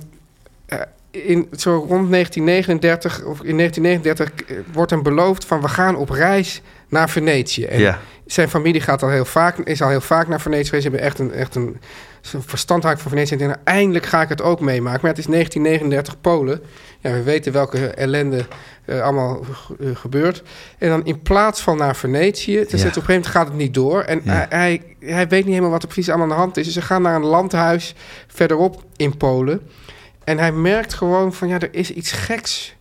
eh, in, zo rond 1939, of in 1939 eh, wordt hem beloofd van we gaan op reis naar Venetië. En Ja. zijn familie gaat al heel vaak, is al heel vaak naar Venetië geweest. Ze hebben echt een, echt een zo'n verstandhaak van Venetië. En denken, nou, eindelijk ga ik het ook meemaken. Maar het is 1939 Polen. Ja, we weten welke ellende eh, allemaal ge- eh, gebeurt. En dan in plaats van naar Venetië... Dus Ja. het op een gegeven moment gaat het niet door. En Ja. hij, hij, hij weet niet helemaal wat er precies allemaal aan de hand is. Dus ze gaan naar een landhuis verderop in Polen. En hij merkt gewoon van... ja, er is iets geks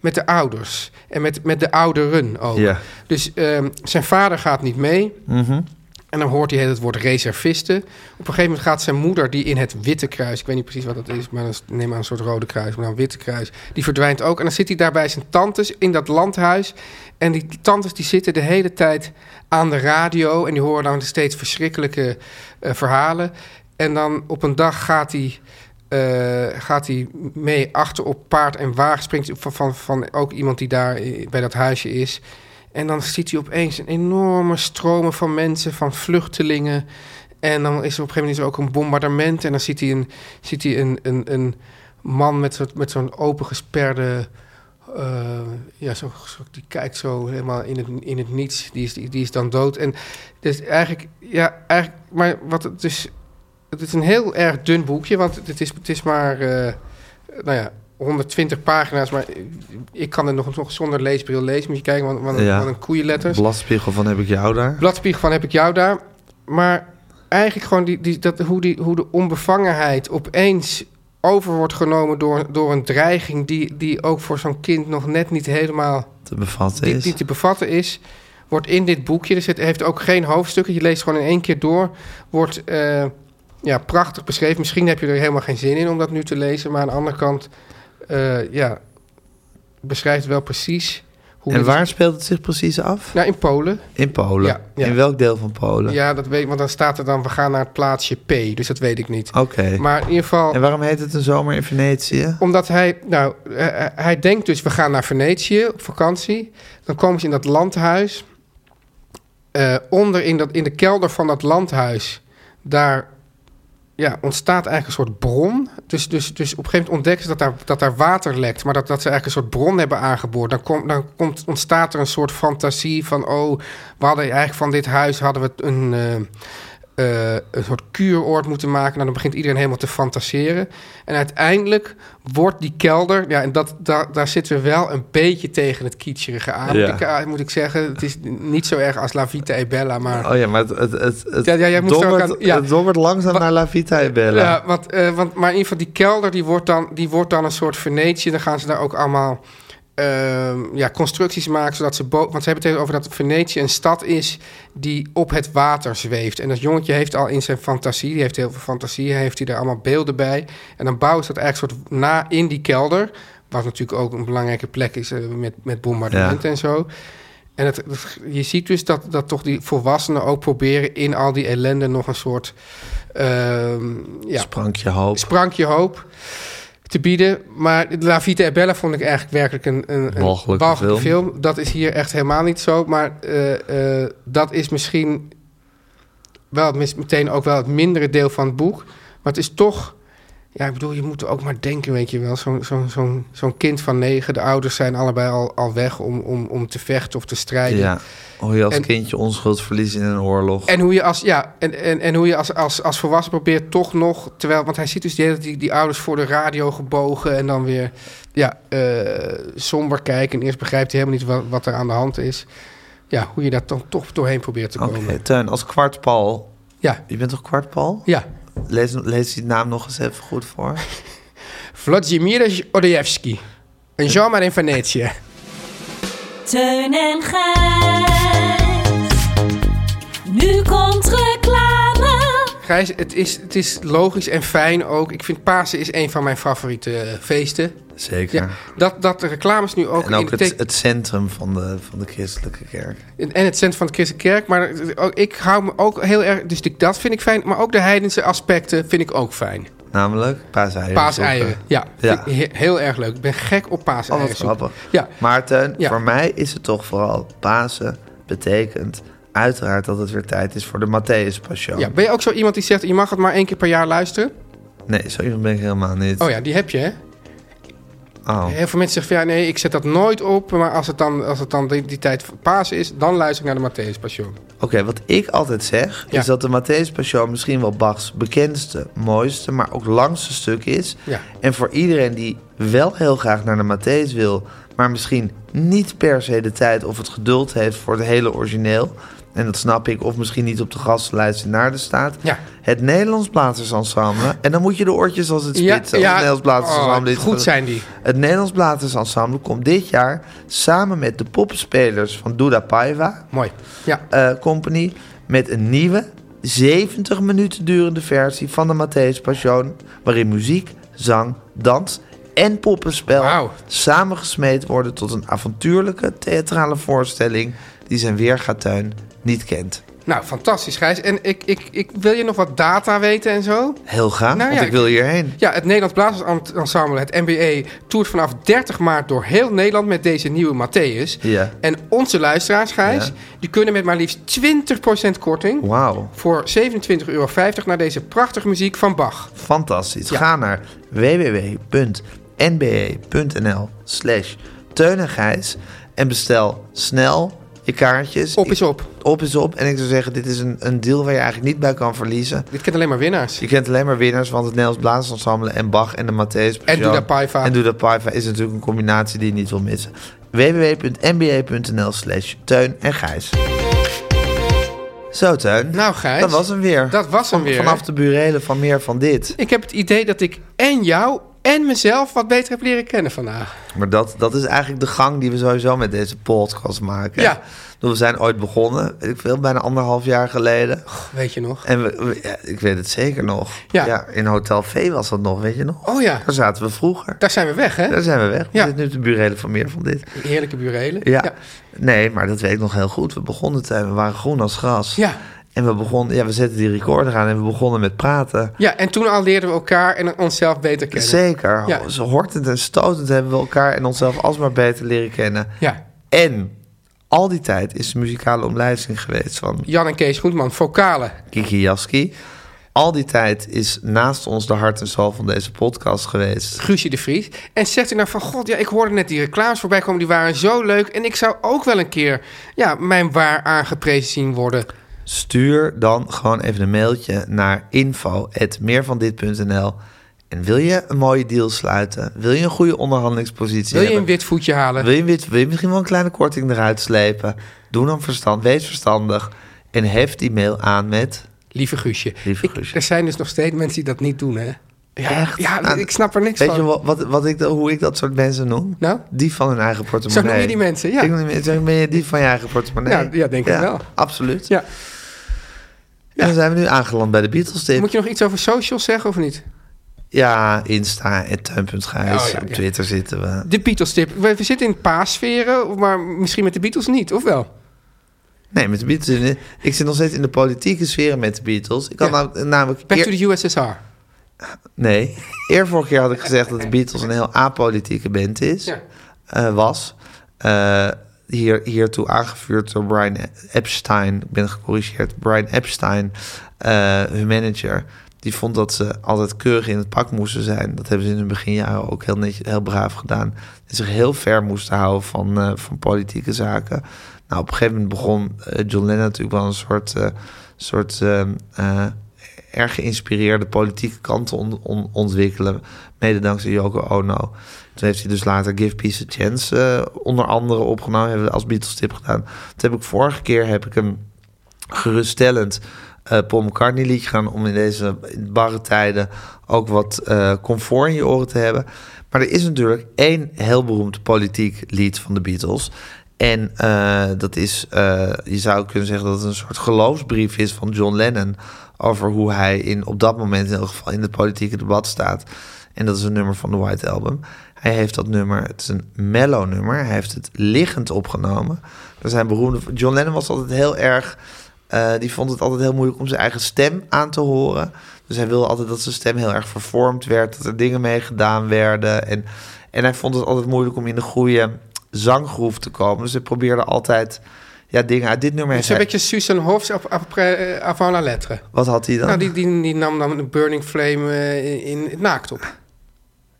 met de ouders. En met, met de ouderen ook. Ja. Dus ehm, zijn vader gaat niet mee... Mhm. En dan hoort hij het woord reservisten. Op een gegeven moment gaat zijn moeder, die in het Witte Kruis... ik weet niet precies wat dat is, maar dan neem aan een soort Rode Kruis... maar dan Witte Kruis, die verdwijnt ook. En dan zit hij daar bij zijn tantes in dat landhuis. En die tantes die zitten de hele tijd aan de radio... en die horen dan steeds verschrikkelijke eh, verhalen. En dan op een dag gaat hij... eh, gaat hij mee achter op paard en wagen, springt van, van, van ook iemand die daar eh, bij dat huisje is. En dan ziet hij opeens een enorme stromen van mensen, van vluchtelingen. En dan is er op een gegeven moment is er ook een bombardement. En dan ziet hij een, ziet hij een, een, een man met, zo'n- met zo'n opengesperde... eh ja, zo, zo- die kijkt zo helemaal in het, in het niets. Die is, die, die is dan dood. En dus eigenlijk, ja, eigenlijk... Maar wat het dus... Het is een heel erg dun boekje, want het is, het is maar... eh, nou ja, 120 pagina's, maar ik kan het nog, nog zonder leesbril lezen. Moet je kijken, wat, wat, een- Ja. wat een koeienletters. Bladspiegel van heb ik jou daar. Bladspiegel van heb ik jou daar. Maar eigenlijk gewoon die, die, dat, hoe, die, hoe de onbevangenheid opeens over wordt genomen door, door een dreiging... Die, die ook voor zo'n kind nog net niet helemaal Te bevatten die, is. die te bevatten is, wordt in dit boekje, dus het heeft ook geen hoofdstukken, je leest gewoon in één keer door, wordt eh, ja, prachtig beschreven. Misschien heb je er helemaal geen zin in om dat nu te lezen, maar aan de andere kant eh, ja, beschrijft wel precies hoe En dit is- waar speelt het zich precies af? Nou, in Polen. In Polen. Ja, ja. In welk deel van Polen? Ja, dat weet ik, want dan staat er dan, we gaan naar het plaatsje P, dus dat weet ik niet. Oké. Maar in ieder geval... En waarom heet het een zomer in Venetië? Omdat hij, nou, eh, eh, hij denkt dus, we gaan naar Venetië op vakantie. Dan komen ze in dat landhuis. Eh, onder in, dat, in de kelder van dat landhuis, daar ja, ontstaat eigenlijk een soort bron. Dus, dus, dus op een gegeven moment ontdekken ze dat daar, dat daar water lekt, maar dat, dat ze eigenlijk een soort bron hebben aangeboord. Dan, komt dan komt, ontstaat er een soort fantasie van, oh, we hadden eigenlijk van dit huis hadden we een, eh, eh, een soort kuuroord moeten maken. Nou, dan begint iedereen helemaal te fantaseren. En uiteindelijk wordt die kelder, ja, en dat, daar daar zitten we wel een beetje tegen het kietscherige aan, Ja. moet, ik, eh, moet ik zeggen. Het is niet zo erg als La Vita e Bella, maar... Oh ja, maar het, het, het, het, Ja, ja, jij moest er ook dobbert- aan- ja. het dobbert langzaam Wa- naar La Vita e Bella. Ja, want, eh, want, maar in ieder geval die kelder, die wordt dan, die wordt dan een soort Venetië. Dan gaan ze daar ook allemaal ehm, ja, constructies maken, zodat ze... bo- Want ze hebben het even over dat Venetië een stad is die op het water zweeft. En dat jongetje heeft al in zijn fantasie, die heeft heel veel fantasie... heeft hij daar allemaal beelden bij. En dan bouwen ze dat eigenlijk soort na in die kelder... wat natuurlijk ook een belangrijke plek is eh, met, met bombardementen en zo... En het, het- je ziet dus dat, dat toch die volwassenen ook proberen in al die ellende nog een soort ehm, ja, Sprankje hoop. sprankje hoop te bieden. Maar La Vita e Bella vond ik eigenlijk werkelijk een, een, een Walgelijke walgelijke film. film. Dat is hier echt helemaal niet zo. Maar eh, eh, dat is misschien wel het mis- meteen ook wel het mindere deel van het boek. Maar het is toch... Ja, ik bedoel, je moet er ook maar denken, weet je wel. Zo'n zo'n zo'n zo'n kind van negen, de ouders zijn allebei al, al weg om, om, om te vechten of te strijden. ja. Hoe je als En- kindje onschuld verliest in een oorlog. En hoe je als, ja, en, en, en hoe je als, als, als volwassen probeert toch nog... Terwijl, want hij ziet dus de hele tijd die, die ouders voor de radio gebogen... en dan weer ja, eh, somber kijken. En eerst begrijpt hij helemaal niet wat, wat er aan de hand is. Ja, hoe je daar dan toch doorheen probeert te Oké, komen. Teun, als kwartpal. Ja. Je bent toch kwartpal? Ja, Lees, lees die naam nog eens even goed voor. Vladimir Odejewski. Een zomaar in Venetië. Teun en Gijs. Nu komt reclame. Gijs, het is, het is logisch en fijn ook. Ik vind Pasen is een van mijn favoriete eh, feesten. Zeker. Ja, dat, dat de reclames nu ook... En ook in de het, tek- het centrum van de, van de christelijke kerk. In- En het centrum van de Christelijke Kerk. Maar ook- ik hou me ook heel erg... Dus ik- dat vind ik fijn. Maar ook de heidense aspecten vind ik ook fijn. Namelijk paaseieren. Paaseieren. zoeken. Ja, eh, Ja. vind ik he- heel erg leuk. Ik ben gek op Oh, paaseieren. wat zoeken. grappig. Ja, Maarten, Ja. voor mij is het toch vooral Pasen betekent uiteraard dat het weer tijd is voor de Matthäus Passion. ja. Ben je ook zo iemand die zegt... je mag het maar één keer per jaar luisteren? Nee, zo iemand ben ik helemaal niet. Oh ja, die heb je, hè? Oh. Heel veel mensen zeggen van... ja, nee, ik zet dat nooit op. Maar als het dan, als het dan die, die tijd van Pasen is... dan luister ik naar de Matthäus Passion. Oké, wat ik altijd zeg Ja. is dat de Matthäus Passion misschien wel Bachs bekendste, mooiste, maar ook langste stuk is. Ja. En voor iedereen die wel heel graag naar de Matthäus wil, maar misschien niet per se de tijd of het geduld heeft voor het hele origineel. En dat snap ik, of misschien niet op de gastenlijst in Naarden staat. Ja. Het Nederlands Blazersensemble. En dan moet je de oortjes als het Ja, spitsen. als ja. het Nederlands Blazersensemble Oh, dit- goed zijn die. het Nederlands Blazersensemble komt dit jaar samen met de poppenspelers van Duda Paiva Mooi. Ja. eh, Company met een nieuwe 70 minuten durende versie van de Matthäus Passion, waarin muziek, zang, dans en poppenspel Wauw. samengesmeed worden tot een avontuurlijke theatrale voorstelling die zijn weergatuin niet kent. Nou, fantastisch, Gijs. En ik, ik, ik wil je nog wat data weten en zo. Heel graag, Nou want ja, ik wil hierheen. Ja, het Nederlands Blazersensemble, het NBA, toert vanaf 30 maart door heel Nederland met deze nieuwe Matthäus. Ja. En onze luisteraars, Gijs, Ja. die kunnen met maar liefst 20% korting Wauw, voor 27,50 euro naar deze prachtige muziek van Bach. fantastisch. Ja. Ga naar www.nbe.nl slash Teun en Gijs en bestel snel je kaartjes. Op Ik- is op. op is op. En ik zou zeggen, dit is een, een deal waar je eigenlijk niet bij kan verliezen. Dit kent alleen maar winnaars. Je kent alleen maar winnaars, want het Nederlands Blaasensemble en Bach en de Matthäus Passion. Doeda Paiva. En Doeda Paiva is natuurlijk een combinatie die je niet wil missen. www.nba.nl slash Teun en Gijs. Zo, Teun. Nou, Gijs, Dat was hem weer. dat was hem Van- weer. Vanaf de burelen van meer van dit. Ik heb het idee dat ik en jou en mezelf wat beter heb leren kennen vandaag. Maar dat, dat is eigenlijk de gang die we sowieso met deze podcast maken. Ja. Ik bedoel, We zijn ooit begonnen, weet ik veel, bijna anderhalf jaar geleden. Weet je nog? En we, we- ja, ik weet het zeker nog. Ja. Ja. in Hotel V was dat nog, weet je nog? Oh ja, Daar zaten we vroeger. daar zijn we weg, hè? Daar zijn we weg. We Ja. zitten nu op de burelen van meer van dit. Heerlijke burelen. Ja. Nee, maar dat weet ik nog heel goed. We begonnen tuin, we waren groen als gras. Ja. En we begonnen, ja, we zetten die recorder aan en we begonnen met praten. Ja, en toen al leerden we elkaar en onszelf beter kennen. Zeker. Ja. Zo hortend en stotend hebben we elkaar en onszelf alsmaar beter leren kennen. Ja. En al die tijd is de muzikale omlijsting geweest van Jan en Kees Groenteman, vocalen. Kiki Jaski. Al die tijd is naast ons de hart en ziel van deze podcast geweest. Guusje de Vries. En zegt hij nou van, god, ja, ik hoorde net die reclames voorbij komen, die waren zo leuk. En ik zou ook wel een keer ja, mijn waar aangeprezen zien worden. Stuur dan gewoon even een mailtje naar info.meervandit.nl. En wil je een mooie deal sluiten? Wil je een goede onderhandelingspositie Wil je een hebben? wit voetje halen? Wil je, wit- wil je misschien wel een kleine korting eruit slepen? Doe dan verstand, wees verstandig en hef die mail aan met... Lieve Guusje. Lieve Ik- Guusje. er zijn dus nog steeds mensen die dat niet doen, hè? Ja, Echt? ja Nou, ik snap er niks Weet van. je wat, wat, wat ik, hoe ik dat soort mensen noem? Nou? Die van hun eigen portemonnee. Zo noem je die mensen, ja. Ik noem die- zo ben je die van je eigen portemonnee. Ja, ja, denk ik wel. Absoluut. Ja. En dan zijn we nu aangeland bij de Beatles tip. Moet je nog iets over socials zeggen of niet? Ja, Insta en tuin.gijs. Oh, ja, Op ja. Twitter zitten we. De Beatles tip. We, we zitten in paasferen, maar misschien met de Beatles niet, of wel? Nee, met de Beatles. Ik zit nog steeds in de politieke sfeer met de Beatles. Ik kan Ja. nou- namelijk... Back eer- to the USSR. Nee. Eer vorige keer had ik gezegd dat de Beatles een heel apolitieke band is. Ja. eh, was. Eh, hier, hiertoe aangevuurd door Brian Epstein. Ik ben gecorrigeerd. Brian Epstein, eh, hun manager. Die vond dat ze altijd keurig in het pak moesten zijn. Dat hebben ze in hun beginjaren ook heel, netjes, heel braaf gedaan. En zich heel ver moesten houden van, eh, van politieke zaken. Nou, op een gegeven moment begon eh, John Lennon natuurlijk wel een soort, eh, soort ehm, eh, erg geïnspireerde politieke kant on- on- ontwikkelen. Mede dankzij Yoko Ono. Toen heeft hij dus later Give Peace a Chance eh, onder andere opgenomen. Hebben we als Beatles tip gedaan. Toen heb ik vorige keer heb ik hem geruststellend eh Paul McCartney liedje gaan... om in deze barre tijden ook wat eh, comfort in je oren te hebben. Maar er is natuurlijk één heel beroemd politiek lied van de Beatles... En eh, dat is, eh, je zou kunnen zeggen dat het een soort geloofsbrief is van John Lennon. Over hoe hij in, op dat moment in elk geval in het politieke debat staat. En dat is een nummer van de White Album. Hij heeft dat nummer, het is een mellow nummer. Hij heeft het liggend opgenomen. Er zijn beroemde. John Lennon was altijd heel erg. eh, die vond het altijd heel moeilijk om zijn eigen stem aan te horen. Dus hij wilde altijd dat zijn stem heel erg vervormd werd. Dat er dingen mee gedaan werden. En, en hij vond het altijd moeilijk om in de goede zanggroef te komen. Dus hij probeerde altijd ja, dingen uit dit nummer. Het is een heeft beetje Susan Hoffs op- op- eh, avant la lettre. hij- Wat had hij dan? Nou, die, die, die nam dan een Burning Flame eh, in, in naakt op.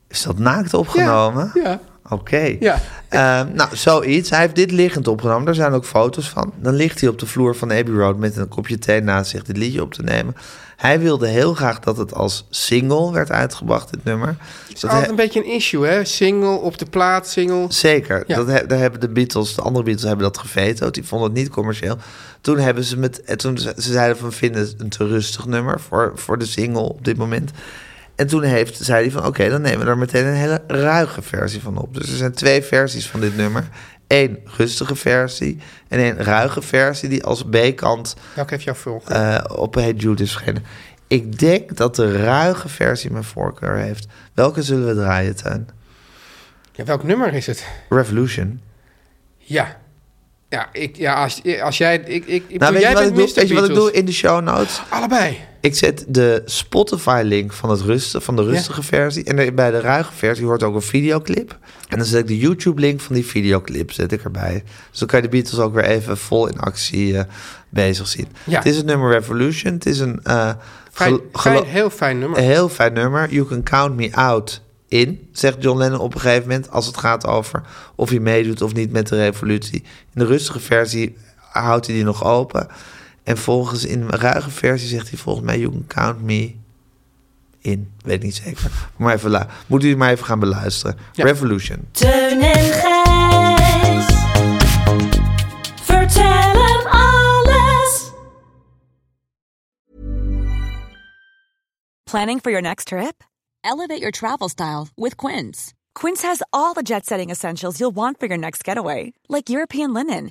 Is dat naakt opgenomen? Ja. Oké. Ja. Ehm, nou, zoiets. Hij heeft dit liggend opgenomen. Daar zijn ook foto's van. Dan ligt hij op de vloer van Abbey Road met een kopje thee naast zich dit liedje op te nemen. Hij wilde heel graag dat het als single werd uitgebracht, dit nummer. Het is Dat altijd hij- een beetje een issue, hè? Single op de plaat, single. Zeker. Ja. Dat he- daar hebben de Beatles, de andere Beatles hebben dat gevetood. Die vonden het niet commercieel. Toen hebben ze met, eh, toen ze, ze zeiden van vinden het een te rustig nummer voor, voor de single op dit moment. En toen heeft, zei hij van oké, dan nemen we er meteen een hele ruige versie van op. Dus er zijn twee versies van dit nummer. Eén rustige versie en één ruige versie die als B-kant Welke heeft jouw voorkeur? eh, op Hey Jude is verschenen. Ik denk dat de ruige versie mijn voorkeur heeft. Welke zullen we draaien, Tuin? Ja, welk nummer is het? Revolution. Ja. Ja, ik, ja als, als jij... Ik, ik, ik bedoel, Nou, weet, jij je wat, ik bent doe? Mr. weet je wat ik Beatles. doe in de show notes? Allebei. Ik zet de Spotify-link van, het rusten, van de rustige versie. En er- bij de ruige versie hoort ook een videoclip. En dan zet ik de YouTube-link van die videoclip zet ik erbij. Dus dan kan je de Beatles ook weer even vol in actie eh, bezig zien. Ja. Het is het nummer Revolution. Het is een eh, Fijn, gelo- fijn, gelo- heel fijn nummer. een heel fijn nummer. You can count me out in, zegt John Lennon op een gegeven moment... als het gaat over of hij meedoet of niet met de revolutie. In de rustige versie houdt hij die nog open. En volgens in de ruige versie zegt hij volgens mij... You can count me in. Weet niet zeker. Maar even la- Moet u maar even gaan beluisteren. Ja. Revolution. Teun en Gijs. Vertel hem alles. Planning for your next trip? Elevate your travel style with Quince. Quince has all the jet setting essentials you'll want for your next getaway, like European linen,